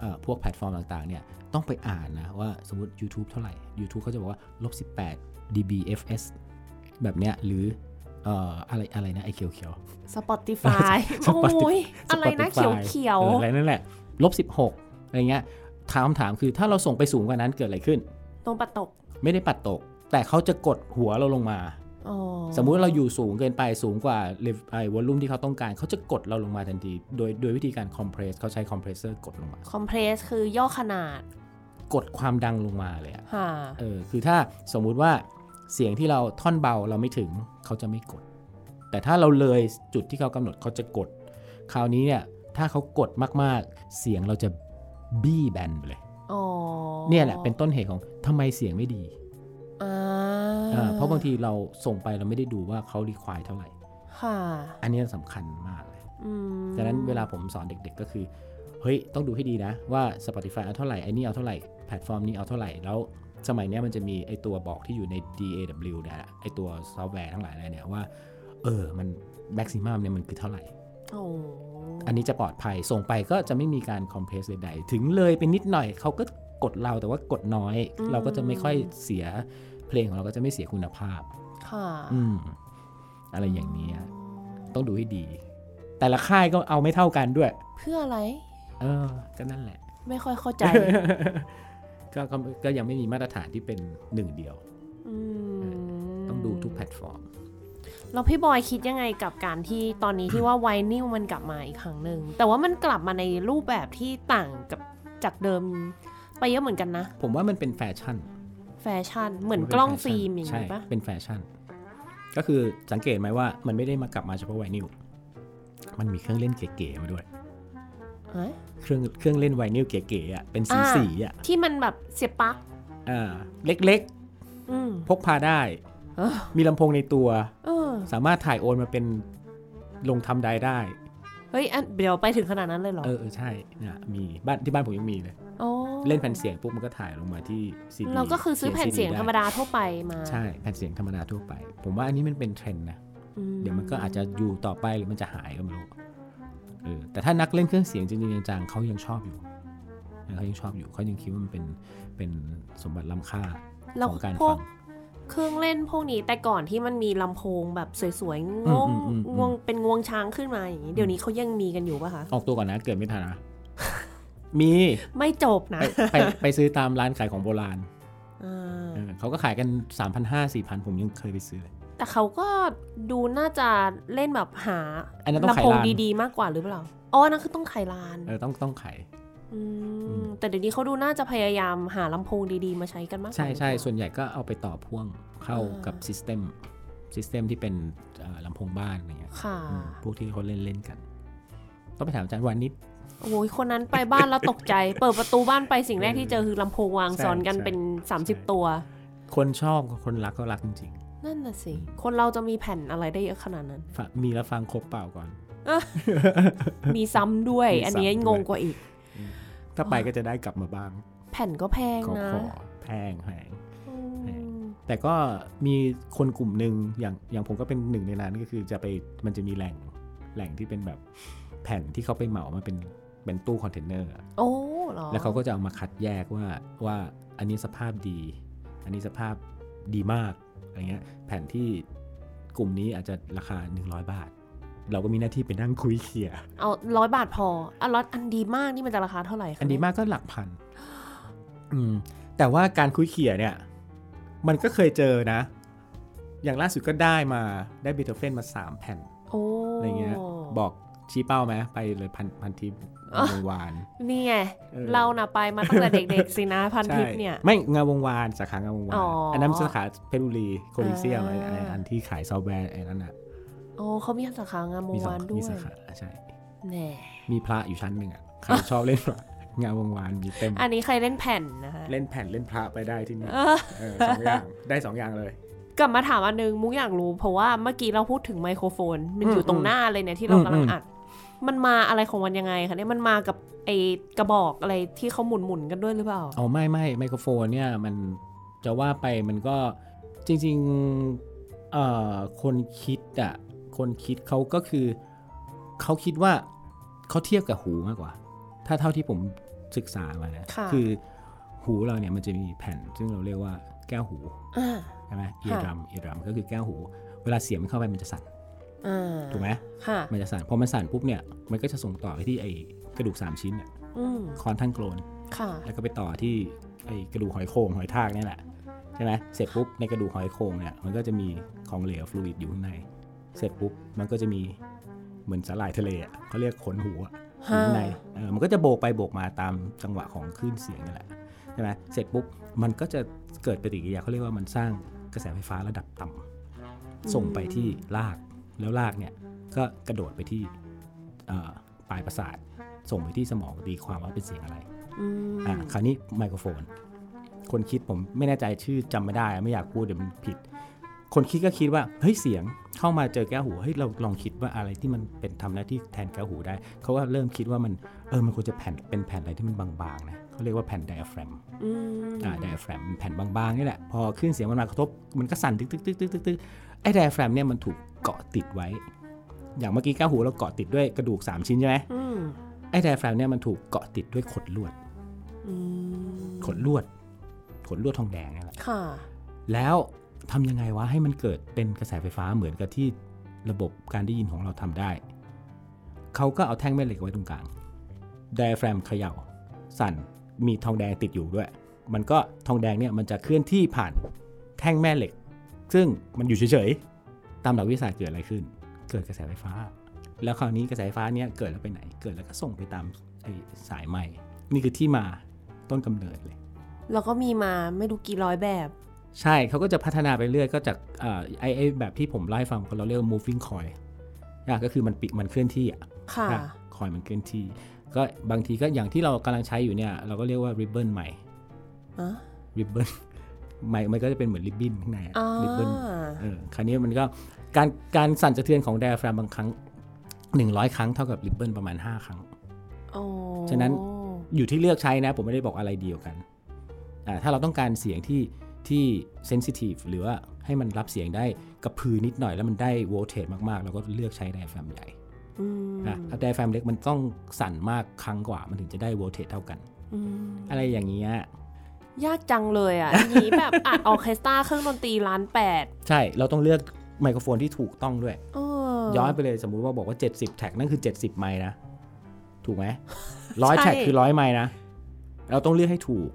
A: เอ่อพวกแพลตฟอร์มต่างๆเนี่ยต้องไปอ่านนะว่าสมมติ YouTube เท่าไหร่ YouTube เขาจะบอกว่าลบ18 dBFS แบบเนี้ยหรือเอ่ออะไรอะไรนะ ไอเขียวเขียว
B: สปอติฟาย โอ้ย
A: Spotify
B: อะไรนะเขียวเขียว
A: อออะไรนั่นแหละลบ16 อะไรเงี้ยถามถามคือถ้าเราส่งไปสูงกว่านั้นเกิดอะไรขึ้น
B: ตรงปะตก
A: ไม่ได้ปัดตก แต่เขาจะกดหัวเราลงมา
B: อ๋อ
A: สมมุติเราอยู่สูงเกินไปสูงกว่าไอ้วอลลุ่มที่เขาต้องการ เขาจะกดเราลงมาทันที โดยโดยวิธีการคอมเพรสเขาใช้คอมเพรสเซอร์กดลงมา
B: คอมเพรสคือย่อขนาด
A: กดความดังลงมาเลยอะ
B: ค่ะ
A: เออคือถ้าสมมุติว่าเสียงที่เราท่อนเบาเราไม่ถึงเขาจะไม่กด แต่ถ้าเราเลยจุดที่เขากำหนดเขาจะกด คราวนี้เนี่ยถ้าเขากดมากๆ เสียงเราจะบี้แบนไปเลย
B: อ๋อ
A: เนี่ยแหละเป็นต้นเหตุของทำไมเสียงไม่ดี
B: อ่า
A: อ่าเพราะบางทีเราส่งไปเราไม่ได้ดูว่าเขารีควายเท่าไหร่
B: ค่ะ
A: อันเนี้ยสำคัญมากเลย
B: อืม
A: ดังนั้นเวลาผมสอนเด็กๆก็คือ เฮ้ย ต้องดูให้ดีนะว่า Spotify เอาเท่าไหร่ไอ้นี่เอาเท่าไหร่ แพลตฟอร์มนี้เอาเท่าไหร่ แล้วสมัยเนี้ยมันจะมีไอตัวบอกที่อยู่ใน DAW เนี่ยแหละไอตัวซอฟต์แวร์ทั้งหลายอะไรเนี่ยว่า เออ มันแม็กซิมัมเนี่ยมันคือเท่าไหร่
B: โอ้
A: อันนี้จะปลอดภัย ส่งไปก็จะไม่มีการคอมเพรสใดๆ ถึงเลยไปนิดหน่อยเขาก็กดเราแต่ว่ากดน้อย เราก็จะไม่ค่อยเสียเพลงของเราก็จะไม่เสียคุณภาพ
B: ค่ะ
A: อืมอะไรอย่างนี้ยต้องดูให้ดี แต่ละค่ายก็เอาไม่เท่ากันด้วย
B: เพื่ออะไร
A: เออ ก็นั่นแหละ
B: ไม่ค่อยเข้า ใจ
A: ก็ก็ก็ยังไม่มีมาตรฐานที่เป็นหนึ่งเดียว
B: อืม
A: ต้องดูทุกแพลตฟอร์ม
B: แล้วพี่บอยคิดยังไงกับการที่ตอนนี้ที่ว่าไวนิลมันกลับมาอีกครั้งหนึ่ง แต่ว่ามันกลับมาในรูปแบบที่ต่างกับจากเดิมไปเยอะเหมือนกันนะ
A: ผมว่ามันเป็นแฟชั่น
B: แฟชั่นเหมือนกล้องฟิล์มอย่าง
A: ใช่
B: นี้ปะ
A: เป็นแฟชั่น ก็คือสังเกตไหมว่ามันไม่ได้มากลับมาเฉพาะไวนิลมันมีเครื่องเล่นเก๋ๆมาด้วย
B: เอ้ย
A: เครื่องเครื่องเล่นไวนิลเก๋ๆอ่ะเป็นสีสีๆอ่ะ
B: ที่มันแบบเสียบปลั๊ก
A: อ่าเล็ก
B: อืม
A: ๆ พกพาได้
B: เออ
A: มีลำโพงในตัว
B: เออ
A: สามารถถ่ายโอนมาเป็นลงทำได้ได้
B: เฮ้ยอันเดี๋ยวไปถึงขนาดนั้นเลยเหรอ
A: เออเออใช่นะมีบ้านที่บ้านผมยังมีเลย
B: โอ้
A: เล่นแผ่นเสียงปุ๊บมันก็ถ่ายลงมาที่ซีดี
B: เราก็คือซื้อแผ่นเสียงธรรม
A: ไ
B: ดาทั่วไปมา
A: ใช่แผ่นเสียงธรรมดาทั่วไป ผมว่าอันนี้มันเป็นเทรนด์นะ
B: อื
A: เดี๋ยวมันก็อาจจะอยู่ต่อไปหรือมันจะหายก็ไม่รู้เออแต่ถ้านักเล่นเครื่องเสียงจริงๆจังๆเขายังชอบอยู่นะเขายังชอบอยู่เขายังคิดว่ามันเป็นเป็นสมบัติล้ำค่า
B: แล้
A: ข
B: ว
A: องการ
B: พว
A: ฟั
B: ก
A: ง
B: เครื่องเล่นพวกนี้แต่ก่อนที่มันมีลำโพงแบบสวยๆงวง
A: อืมอืมอืม
B: งวงเป็นงวงช้างขึ้นมาอย่างนี้ เดี๋ยวนี้เขายังมีกันอยู่ปะคะ
A: ออกตัวก่อนนะ เกิดไม่ทันนะ มี
B: ไม่จบนะ
A: ไปไปไปซื้อตามร้านขายของโบราณ
B: อ่า
A: เออเขาก็ขายกัน 3,500 4,000 ผมยังเคยไปซื้อเลย
B: แต่เขาก็ดูน่าจะเล่นแบบหา
A: อันนั้นต้อง
B: ลำโพ
A: ขา
B: ง
A: ยลาน
B: ดีๆมากกว่าหรือเปล่าอ๋อนั่นคือต้องไขลาน
A: เออต้องต้องขาย
B: มแต่เดี๋ยวนี้เขาดูน่าจะพยายามหาลำโพงดีๆมาใช้กันมากกว่า
A: ใช่ใช่
B: หรือเปล่า
A: ส่วนใหญ่ก็เอาไปต่อพ่วงเข้า
B: อ่ากั
A: กับซิสเต็มซิสเต็มที่เป็นเอ่อลำโพงบ้านอะไรเงี้ย
B: ค่ะ
A: อืมพวกที่เขาเล่นเล่นกัน ต้องไปถามอาจารย์วานิด
B: โอ้ยคนนั้นไปบ้านแล้วตกใจ เปิดประตูบ้านไปสิ่งแรกที่เจอคือลำโพงวาง
A: ใช่
B: ซ้อนกัน
A: ใช่
B: เป็น
A: ใช่
B: 30 ตัว
A: คนชอบกับคนรักก็รักจริง
B: นั่นน่ะสิคนเราจะมีแผ่นอะไรได้เยอะขนาดนั้น
A: ๆฟังมีแล้วฟังครบเปล่าก่อน
B: มีซ้ำด้วย
A: มีซ้ำ
B: อันนี้
A: ด้วย
B: งงกว่าอีก
A: ถ้าไปก็จะได้กลับมาบ้าง
B: แผ่นก็แพง
A: ขอ
B: นะ
A: ขอแพงแพง
B: อืม
A: แต่ก็มีคนกลุ่มหนึ่งอย่างอย่างผมก็เป็นหนึ่งในนั้นก็คือจะไปมันจะมีแหล่งแหล่งที่เป็นแบบแผ่นที่เขาไปเหมามาเป็นเป็นตู้คอนเทนเนอร์อะ
B: โอ้เหรอ
A: แล้วเขาก็จะเอามาคัดแยกว่าว่าอันนี้สภาพดี อันนี้สภาพดีมากอะไรเงี้ยแผ่นที่กลุ่มนี้อาจจะราคา 100 บาท เราก็มีหน้าที่ไปนั่งคุยเคลียร์
B: เอาร้อยบาทพออ่ะร้อยอันดีมากนี่มันจะราคาเท่าไหร่คะ
A: อันดีมากก็หลักพัน อืมแต่ว่าการคุยเคลียร์เนี่ย มันก็เคยเจอนะ อย่างล่าสุดก็ได้มาได้เบโธเฟนมา 3 แผ่น
B: โอ้
A: อะไรเงี้ยบอกชี้เป้าไหมไปเลยพันพัน ทิปวงวาน
B: นี่ไง
A: เออ
B: เราน่ะไปมาตั้งแต่เด็กๆสินะพันทิปเนี่ย
A: ใช่ไม่งานวงวานสาขางานวงวาน
B: อ๋ออั
A: อันนั้นสาขาเพชรบุรีโคลิเซียม
B: อ่า
A: ไอ้ไอ้อันที่ขายซอฟต์แวร์ไอ้นั่นอ่ะ
B: โอ้เขามีสาขางามว
A: มีสาว
B: งาง นด้ว
A: มี
B: ย
A: สาขาใช่
B: แหน่
A: มีพระอยู่ชั้นหนึ่งอ่ะใครชอบเล่นพระ งานวงวานมีเต็ม
B: อันนี้ใครเล่นแผ่นนะคะ
A: เล่นแผ่นเล่นพระไปได้ที่นี่
B: เออ
A: เออสองอย่างได้สองอย่างเลย
B: กลับมาถามอันนึงมุกอยากรู้ เพราะว่าเมื่อกี้เราพูดถึงไมโครโฟน มัน
A: อืม
B: อยู่ตรง
A: อืม
B: หน้าเลยเนี่ยที่เรา
A: อืม
B: กำลัง
A: อืม
B: อัด มันมาอะไรของมันยังไงคะเนี่ยมันมากับไอกระบอกอะไรที่เขาหมุนๆกันด้วยหรือเปล่า
A: อ๋อไม่ไม่ไมโครโฟนเนี่ยมันจะว่าไปมันก็จริงๆเอ่อคนคิดอ่ะคนคิดเขาก็คือเขาคิดว่าเขาเทียบกับหูมากกว่า ถ้าเท่าที่ผมศึกษามานะ
B: ค่ะ
A: อหูเราเนี่ยมันจะมีแผ่น ซึ่งเราเรียกว่าแก้วหู
B: อ่า
A: ใช่ไหมเอรัมเอรัมก็คือแก้วหู เวลาเสียงมันเข้าไปมันจะสั่น
B: อ่า
A: ถูกไหม
B: ค่ะ
A: มันจะสั่นพอมันสั่นปุ๊บเนี่ยมันก็จะส่งต่อไปที่ไอกระดูกสามชิ้นเนี่ย
B: อืม
A: คอนทั้งโกลน
B: ค่ะ
A: แล้วก็ไปต่อที่ไอกระดูกหอยโครงหอยทากเนี่ยแหละใช่ไหมเสร็จปุ๊บในกระดูกหอยโครงเนี่ยมันก็จะมีของเหลวฟลูอิดอยู่ข้างใน เสร็จปุ๊บมันก็จะมีเหมือนสาหร่ายทะเลอะเขาเรียกขนหัวอยู่ข้างในเออมันก็จะโบกไปโบกมาตามจังหวะของคลื่นเสียงนี่แหละใช่ไหมเสร็จปุ๊บมันก็จะเกิดปฏิกิริยาเขาเรียกว่ามันสร้างกระแสไฟฟ้าระดับต่ำส่งไปที่รากแล้วรากเนี่ยก็กระโดดไปที่เอ่อปลายประสาท ส่งไปที่สมองตีความว่าเป็นเสียงอะไร
B: อืม
A: อ่ะคราวนี้ไมโครโฟน คนคิดผมไม่แน่ใจชื่อจำไม่ได้ ไม่อยากพูดเดี๋ยวมันผิด คนคิดก็คิดว่าเฮ้ยเสียงเข้ามาเจอแก้วหูเฮ้ยเราลองคิดว่าอะไรที่มันเป็นทำหน้าที่แทนแก้วหูได้เขาก็เริ่มคิดว่ามันเออมันควรจะแผ่นเป็นแผ่นอะไรที่มันบางๆนะเขาเรียกว่าแผ่นไดอะแฟรม
B: อืม
A: อ่าไดอะแฟรมแผ่นบางๆนี่แหละพอขึ้นเสียงมันมากระทบมันก็สั่นตึกตึกตึกตึกตึกตึกไอ้ไดอะแฟรมเนี่ยมันถูกเกาะติดไว้ อย่างเมื่อกี้แก้วหูเราเกาะติดด้วยกระดูกสามชิ้นใช่ไหม
B: อืม
A: ไอ้ไดอะแฟรมเนี่ยมันถูกเกาะติดด้วยขดลวด
B: อืม
A: ขนลวด ขนลวดทองแดงนี่แหละ
B: ค่ะ
A: แล้วทำยังไงวะให้มันเกิดเป็นกระแสไฟฟ้าเหมือนกับที่ระบบการได้ยินของเราทำได้ เขาก็เอาแท่งแม่เหล็กไว้ตรงกลาง ไดอะแฟรมเขย่า สั่น มีทองแดงติดอยู่ด้วย มันก็ทองแดงเนี่ยมันจะเคลื่อนที่ผ่านแท่งแม่เหล็ก ซึ่งมันอยู่เฉยๆ ตามหลักวิทยาศาสตร์เกิดอะไรขึ้น เกิดกระแสไฟฟ้า แล้วคราวนี้กระแสไฟฟ้าเนี่ยเกิดแล้วไปไหน เกิดแล้วก็ส่งไปตามไอ้สายไหมนี่คือที่มาต้นกำเนิดเลย
B: แล้วก็มีมาไม่รู้กี่ร้อยแบบ
A: ใช่ เขาก็จะพัฒนาไปเรื่อยก็จากเอ่อไอไอแบบที่ผมเล่าให้ฟังเราเรียกว่า moving coil อ่ะก็คือมันปิมันเคลื่อนที่อ่ะ
B: ค่ะ
A: คอยมันเคลื่อนที่ ก็บางทีก็อย่างที่เรากำลังใช้อยู่เนี่ย เราก็เรียกว่า ribbon ใหม่
B: อ่ะ
A: ribbon ใหม่มันก็จะเป็นเหมือน ribbon ข้างในอ่ะ
B: อ่า
A: ribbon เออคราวนี้มันก็การการสั่นสะเทือนของไดอะแฟรมบางครั้ง 100 ครั้งเท่ากับ ribbon ประมาณ 5 ครั้ง
B: โอ้
A: ฉะนั้น อยู่ที่เลือกใช้นะผมไม่ได้บอกอะไรเดียวกันอ่าถ้าเราต้องการเสียงที่ที่เซนซิทีฟหรือว่าให้มันรับเสียงได้กระพือนิดหน่อยแล้วมันได้โวลเทจมากๆ เราก็เลือกใช้ไดอะแฟรมใหญ่
B: อืม
A: นะไดอะแฟรมเล็กมันต้องสั่นมากครั้งกว่า มันถึงจะได้โวลเทจเท่ากัน
B: อืม
A: อะไรอย่างเงี้ย
B: ยากจังเลยอ่ะ ทีนี้แบบอัดออร์เคสตราเครื่องดนตรีล้านแปด
A: ใช่เราต้องเลือกไมโครโฟนที่ถูกต้องด้วย
B: เออ
A: ย้อนไปเลยสมมุติว่าบอกว่า 70 แท็กนั่นคือ 70 ไมล์นะ ถูก ไหมร้อย
B: ใช่
A: แท็กคือร้อยไมล์นะ เราต้องเลือกให้ถูก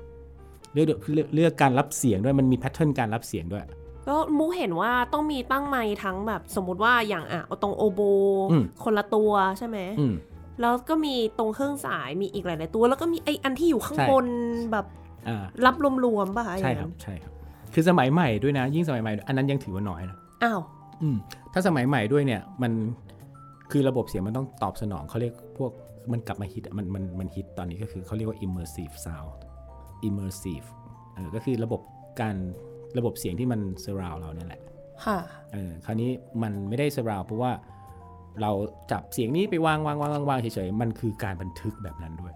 A: เลือกเลือกเลือกการรับเสียงด้วยมันมีแพทเทิร์นการรับเสียงด้วย
B: แล้วมูเห็นว่าต้องมีตั้งไมค์ทั้งแบบสมมุติว่าอย่างอ่ะเอาตรงโอโบ
A: อืม
B: คนละตัวใช่ไหม
A: อืม
B: แล้วก็มีตรงเครื่องสายมีอีกหลาย ๆ ตัว แล้วก็มีไออันที่อยู่ข้าง
A: ใช่
B: บนแบบ
A: อ่า
B: รับรวม ๆ ป่ะคะ
A: ใช่
B: อย่าง
A: ครับ
B: นั้น
A: ใช่ครับ คือสมัยใหม่ด้วยนะ ยิ่งสมัยใหม่ อันนั้นยังถือว่าน้อยนะ
B: อ้าว
A: อืมถ้าสมัยใหม่ด้วยเนี่ยมันคือระบบเสียงมันต้องตอบสนองเขาเรียกพวกมันกลับมาฮิตอะมันมันมันฮิตตอนนี้ก็คือเขาเรียกว่า immersive sound immersive เออก็คือระบบการระบบเสียงที่มัน surround เราเนี่ยแหละ
B: ค่ะ
A: เออคราวนี้มันไม่ได้สราวเพราะว่าเราจับเสียงนี้ไปวางวางวางวางวางเฉยๆ มันคือการบันทึกแบบนั้นด้วย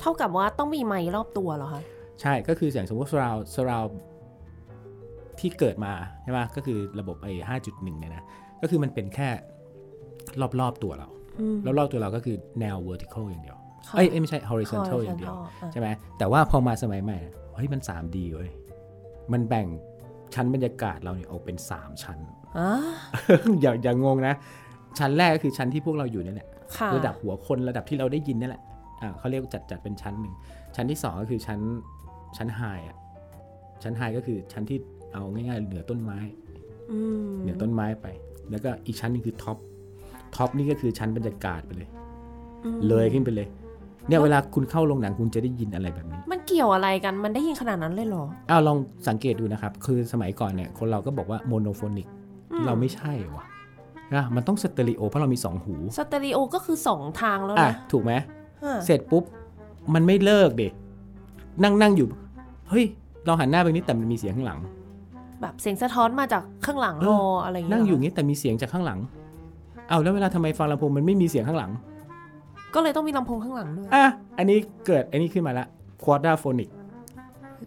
B: เท่ากับว่าต้องมีไมค์รอบตัวเหรอคะ
A: ใช่ก็คืออย่างสมมติสราวสราวที่เกิดมาใช่ไหมก็คือระบบไอ้ห้าจุดหนึ่งเนี่ยนะ ก็คือมันเป็นแค่รอบๆตัวเรา
B: อืม
A: รอบๆตัวเราก็คือแนว vertical อย่างเดียว
B: ค่ะ
A: เอ้ยเอ้ยไม่ใช่ horizontal อย่างเดียว
B: อ่ะ
A: ใช่ไหมแต่ว่าพอมาสมัยใหม่นะเฮ้ยมัน 3D เว้ยมันแบ่งชั้นบรรยากาศเราเนี่ยออกเป็น 3 ชั้น
B: อ่ะ
A: อย่าอย่างงงนะ ชั้นแรกก็คือชั้นที่พวกเราอยู่นี่แหละ
B: ค่ะ
A: ระดับหัวคนระดับที่เราได้ยินนั่นแหละอ่าเขาเรียกจัดจัดเป็นชั้นหนึ่ง ชั้นที่สองก็คือชั้นชั้นไฮอ่ะ ชั้นไฮก็คือชั้นที่เอาง่ายๆเหนือต้นไม้
B: อืม
A: เหนือต้นไม้ไป แล้วก็อีกชั้นหนึงคือท็อป ท็อปนี่ก็คือชั้นบรรยากาศไปเลย
B: อืม
A: เลยขึ้นไปเลย เนี่ยเวลาคุณเข้าโรงหนังคุณจะได้ยินอะไรแบบนี้
B: มันเกี่ยวอะไรกัน มันได้ยินขนาดนั้นเลยเหรอ
A: อ้าวลองสังเกตดูนะครับ คือสมัยก่อนเนี่ยคนเราก็บอกว่าโมโนโฟนิก
B: อืม
A: เราไม่ใช่วะนะมันต้องสเตอริโอเพราะเรามีสองหู
B: สเตอริโอก็คือสองทางแล้ว
A: อ่ะ
B: นะ
A: ถูกไหม
B: ฮะ
A: เสร็จปุ๊บ มันไม่เลิกเด็นั่งนั่งอยู่ เฮ้ย เราหันหน้าไปนี้แต่มันมีเสียงข้างหลัง
B: แบบเสียงสะท้อนมาจากข้างหลัง
A: เอ
B: ฮ
A: อ
B: ออะไรอย่างเงี้ย
A: นั่งอยู่อย่างนี้แต่มีเสียงจากข้างหลัง เอาแล้วเวลาทำไมฟังลำโพงมันไม่มีเสียงข้างหลัง
B: ก็เลยต้องมีลำโพงข้างหลังด้วย
A: อ่ะ อันนี้เกิดอันนี้ขึ้นมาละควอดราโฟนิก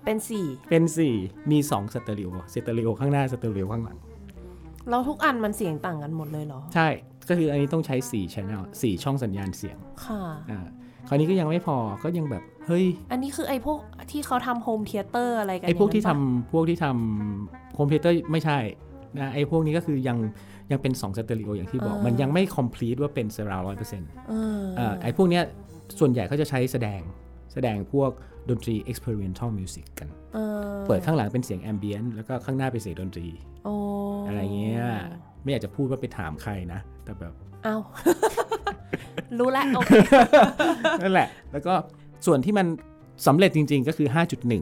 B: เป็นสี่
A: เป็น 4 มี 2 สเตอริโอสเตอริโอข้างหน้าสเตอริโอข้างหลัง
B: แล้วทุกอันมันเสียงต่างกันหมดเลยเหรอ
A: ใช่ ก็คืออันนี้ต้องใช้4 channel 4ช่องสัญญาณเสียง
B: ค่ะ
A: อ่า คราวนี้ก็ยังไม่พอ ก็ยังแบบ เฮ้ย
B: อันนี้คือไอ้พวกที่เขาทำโฮมเทเตอร์อะไรกัน
A: ไอ้พวกที่
B: ย่า
A: ทำ
B: งนั้นปะ
A: พวกที่ทำโฮมเทเตอร์ไม่ใช่นะไอ้พวกนี้ก็คือยังยังเป็น2สเตอริโออย่างที่บอก มันยังไม่ complete ว่าเป็นเซราร้อยเปอร์เซ็นต์
B: เออ
A: ไอ้พวกเนี้ยส่วนใหญ่เขาจะใช้แสดงแสดงพวกดนตรี experimental music กัน
B: เออ
A: เปิดข้างหลังเป็นเสียงแอมเบียนต์แล้วก็ข้างหน้าเป็นเสียงดนตรี
B: โอ้
A: อะไรเงี้ยไม่อยากจะพูดว่าไปถามใครนะ แต่ แบบ
B: เอา รู้แล้วโอเค
A: นั่นแหละ แล้วก็ส่วนที่มันสำเร็จจริง ๆ ก็คือ 5.1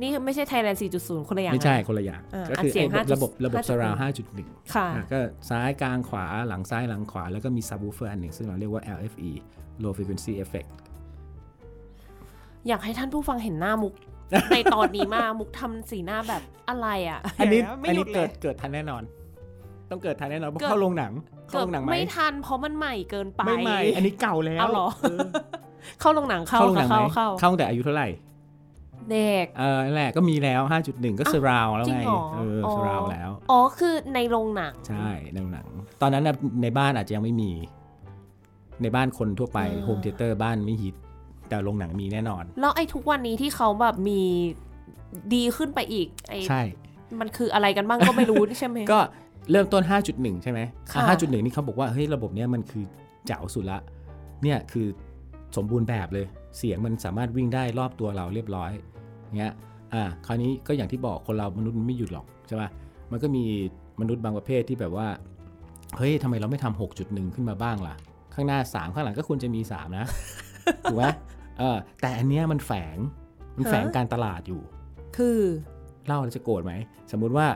B: นี่ไม่ใช่ไทยแลนด์ 4.0 คนละอย่าง
A: ไม่ใช่คนละอย่าง
B: อ่า
A: ก็คือ
B: อันเสียง
A: ไอ้ระบบ
B: 5.0
A: ระบบสราว5.1
B: ค่ะ
A: อ่ะก็ซ้ายกลางขวาหลังซ้ายหลังขวา แล้วก็มีซับวูเฟอร์อันหนึ่ง ซึ่งเราเรียกว่า LFE low frequency effect
B: อยากให้ท่านผู้ฟังเห็นหน้ามุ ก ในตอนนี้มากมุกทำสีหน้าแบบอะไรอ่ะ
A: อันนี้
B: เดี๋ยวะไม่
A: อัน
B: หยุ
A: นี้
B: ดเล
A: เกิ
B: ย
A: ดเกิดทันแน่นอน ต้องเกิดทันแน่นอนเพราะ
B: เกิด
A: เข้าโรงหนัง เข้า
B: เกือ
A: โร
B: บ
A: งหนังไหม
B: ไม่ทันเพราะมันใหม่เกินไป
A: ไม่ไม่อันนี้เก่าแล้ว
B: เอาเหรอ
A: เออ
B: เข้าโรงหนังเข้า
A: เข้าโรงหนังไหม
B: เข้าเข้า
A: เข้าตั้งแต่อายุเท่าไหร่
B: เด็ก
A: เออนั่นแหละก็มีแล้ว 5.1 ก็สราวแล้ว
B: จริง
A: ไง
B: เหรอ
A: เออ
B: อ
A: สราวแล้ว
B: อ๋อคือในโรงหนัง
A: ใช่ในโรงหนัง ตอนนั้นน่ะในบ้านอาจจะยังไม่มี ในบ้านคนทั่วไป
B: อ่า
A: โฮมเทเตอร์บ้านไม่ฮิต แต่โรงหนังมีแน่นอน
B: แล้วไอ้ทุกวันนี้ที่เขาแบบมีดีขึ้นไปอีกไอ้
A: ใช่
B: มันคืออะไรกันบ้างก็ไม่รู้ ใช่ไหม
A: ก็ เริ่มต้น 5.1 ใช่ไหม
B: ค่ะ
A: อ่ะ5.1 นี่เขาบอกว่าเฮ้ยระบบเนี้ยมันคือเจ๋วสุดละ เนี่ยคือสมบูรณ์แบบเลย เสียงมันสามารถวิ่งได้รอบตัวเราเรียบร้อยเงี้ย อ่ะคราวนี้ก็อย่างที่บอกคนเรามนุษย์มันไม่หยุดหรอกใช่ปะมันก็มีมนุษย์บางประเภทที่แบบว่า เฮ้ยทำไมเราไม่ทำ6.1 ขึ้นมาบ้างล่ะ ข้างหน้า 3 ข้างหลังก็ควรจะมี 3 นะ ถูกไหมเออแต่อันเนี้ยมันแฝง มันแฝงการตลาดอยู่
B: คือ
A: เล่าแล้วจะโกรธไหม สมมุติว่า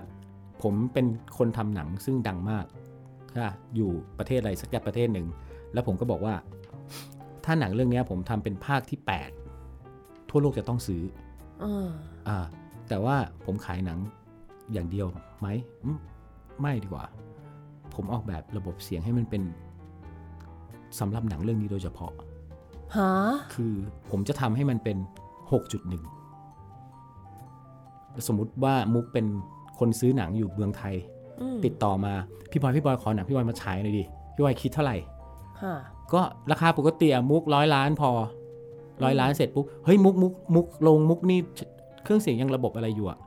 A: ผมเป็นคนทำหนังซึ่งดังมากค่ะอยู่ประเทศอะไรสักประเทศหนึ่ง แล้วผมก็บอกว่า ถ้าหนังเรื่องเนี้ยผมทำเป็นภาคที่ 8 ทั่วโลกจะต้องซื้อ
B: เออ
A: อ่าแต่ว่าผมขายหนังอย่างเดียวไหมอืมไม่ดีกว่า ผมออกแบบระบบเสียงให้มันเป็นสำหรับหนังเรื่องนี้โดยเฉพาะ
B: ฮะ
A: คือผมจะทำให้มันเป็น 6.1 สมมุติว่ามุกเป็นคนซื้อหนังอยู่เมืองไทย
B: อืม
A: ติดต่อมา พี่บอยพี่บอยขอหนังพี่บอยมาฉายหน่อยดิ พี่บอยคิดเท่าไหร่
B: ฮะ
A: ก็ราคาปกติอะมุกร้อยล้านพอร้อยล้านเสร็จปุ๊บ เฮ้ยมุกมุกมุกลงมุกนี่เครื่องเสียงยังระบบอะไรอยู่อะ